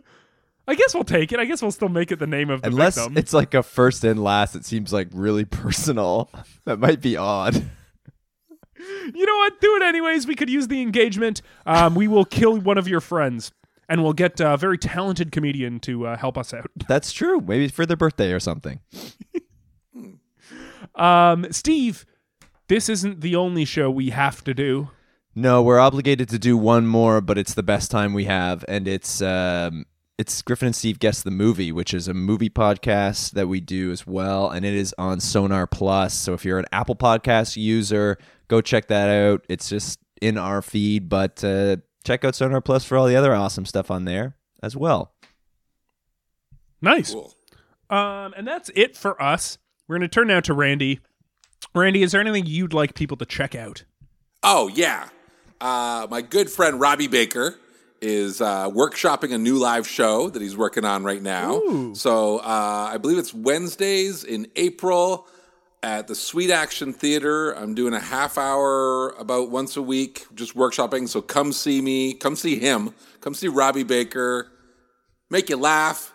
[SPEAKER 1] I guess we'll take it. I guess we'll still make it the name of the
[SPEAKER 2] Unless
[SPEAKER 1] victim.
[SPEAKER 2] it's like a first and last, it seems like really [laughs] personal. That might be odd.
[SPEAKER 1] you know what? Do it anyways. We could use the engagement. Um, we will kill one of your friends, and we'll get a very talented comedian to uh, help us out.
[SPEAKER 2] That's true. Maybe for their birthday or something.
[SPEAKER 1] Um, Steve, this isn't the only show we have to do.
[SPEAKER 2] No, we're obligated to do one more, but it's the best time we have, and it's um, it's Griffin and Steve guess the movie, which is a movie podcast that we do as well, and it is on Sonar Plus. So if you're an Apple Podcast user, go check that out. It's just in our feed, but uh, check out Sonar Plus for all the other awesome stuff on there as well.
[SPEAKER 1] Nice.
[SPEAKER 3] Cool.
[SPEAKER 1] Um, and that's it for us. We're going to turn now to Randy. Randy, is there anything you'd like people to check out?
[SPEAKER 3] Oh yeah, uh, my good friend Robbie Baker is uh, workshopping a new live show that he's working on right now. So uh, I believe it's Wednesdays in April at the Sweet Action Theater. I'm doing a half hour about once a week, just workshopping. So come see me, come see him, come see Robbie Baker. Make you laugh,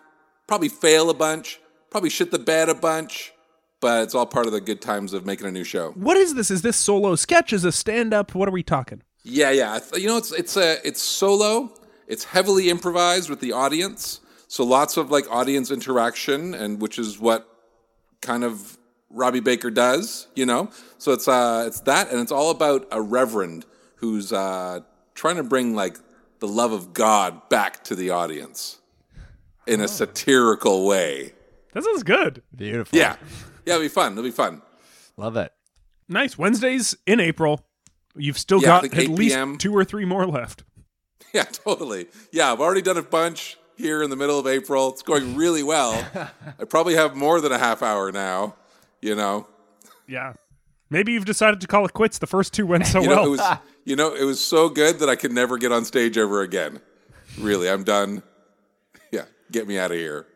[SPEAKER 3] probably fail a bunch, probably shit the bed a bunch, but it's all part of the good times of making a new show.
[SPEAKER 1] What is this? Is this solo sketch? Is this stand up? What are we talking?
[SPEAKER 3] Yeah, yeah. I th- You know, it's it's a it's solo. It's heavily improvised with the audience, so lots of like audience interaction, and which is what kind of Robbie Baker does. You know, so it's uh it's that, and it's all about a reverend who's uh trying to bring like the love of God back to the audience in a satirical way.
[SPEAKER 1] This is good.
[SPEAKER 2] Beautiful.
[SPEAKER 3] Yeah, yeah. It'll be fun. It'll be fun.
[SPEAKER 2] love it.
[SPEAKER 1] Nice. Wednesdays in April. You've still
[SPEAKER 3] Yeah,
[SPEAKER 1] got
[SPEAKER 3] like
[SPEAKER 1] at
[SPEAKER 3] 8
[SPEAKER 1] least
[SPEAKER 3] PM.
[SPEAKER 1] two or three more left.
[SPEAKER 3] [laughs] Yeah, totally. Yeah, I've already done a bunch here in the middle of April. It's going really well. I probably have more than a half hour now. You know,
[SPEAKER 1] Yeah. Maybe you've decided to call it quits. The first two
[SPEAKER 3] [laughs]
[SPEAKER 1] went so
[SPEAKER 3] you know
[SPEAKER 1] well.
[SPEAKER 3] it was. You know it was so good that I could never get on stage ever again. Really, I'm done. [laughs] Yeah, get me out of here.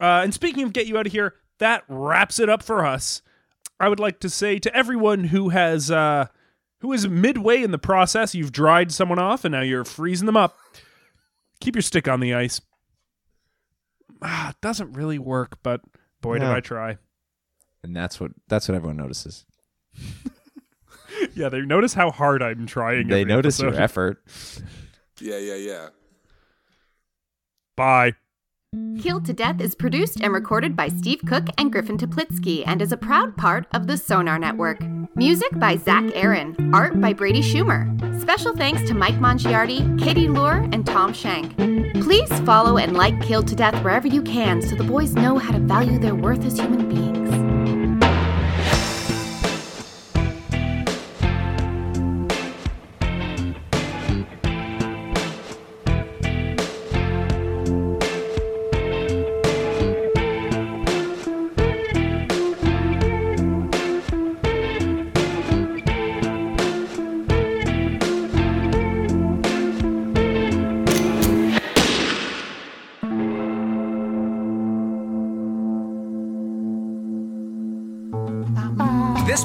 [SPEAKER 1] Uh, and speaking of get you out of here, that wraps it up for us. I would like to say to everyone who has uh, who is midway in the process, you've dried someone off and now you're freezing them up. Keep your stick on the ice. Ah, it doesn't really work, but boy did
[SPEAKER 2] No.
[SPEAKER 1] I try.
[SPEAKER 2] And that's what that's what everyone notices.
[SPEAKER 1] Yeah, they notice how hard I'm trying.
[SPEAKER 2] They
[SPEAKER 1] every
[SPEAKER 2] notice
[SPEAKER 1] episode.
[SPEAKER 2] your effort.
[SPEAKER 3] Yeah, yeah, yeah.
[SPEAKER 1] Bye.
[SPEAKER 4] Killed to Death is produced and recorded by Steve Cook and Griffin Toplitsky and is a proud part of the Sonar Network. Music by Zach Aaron, art by Brady Schumer. Special thanks to Mike Mongiardi, Katie Lure, and Tom Shank. Please follow and like Killed to Death wherever you can so the boys know how to value their worth as human beings.
[SPEAKER 5] This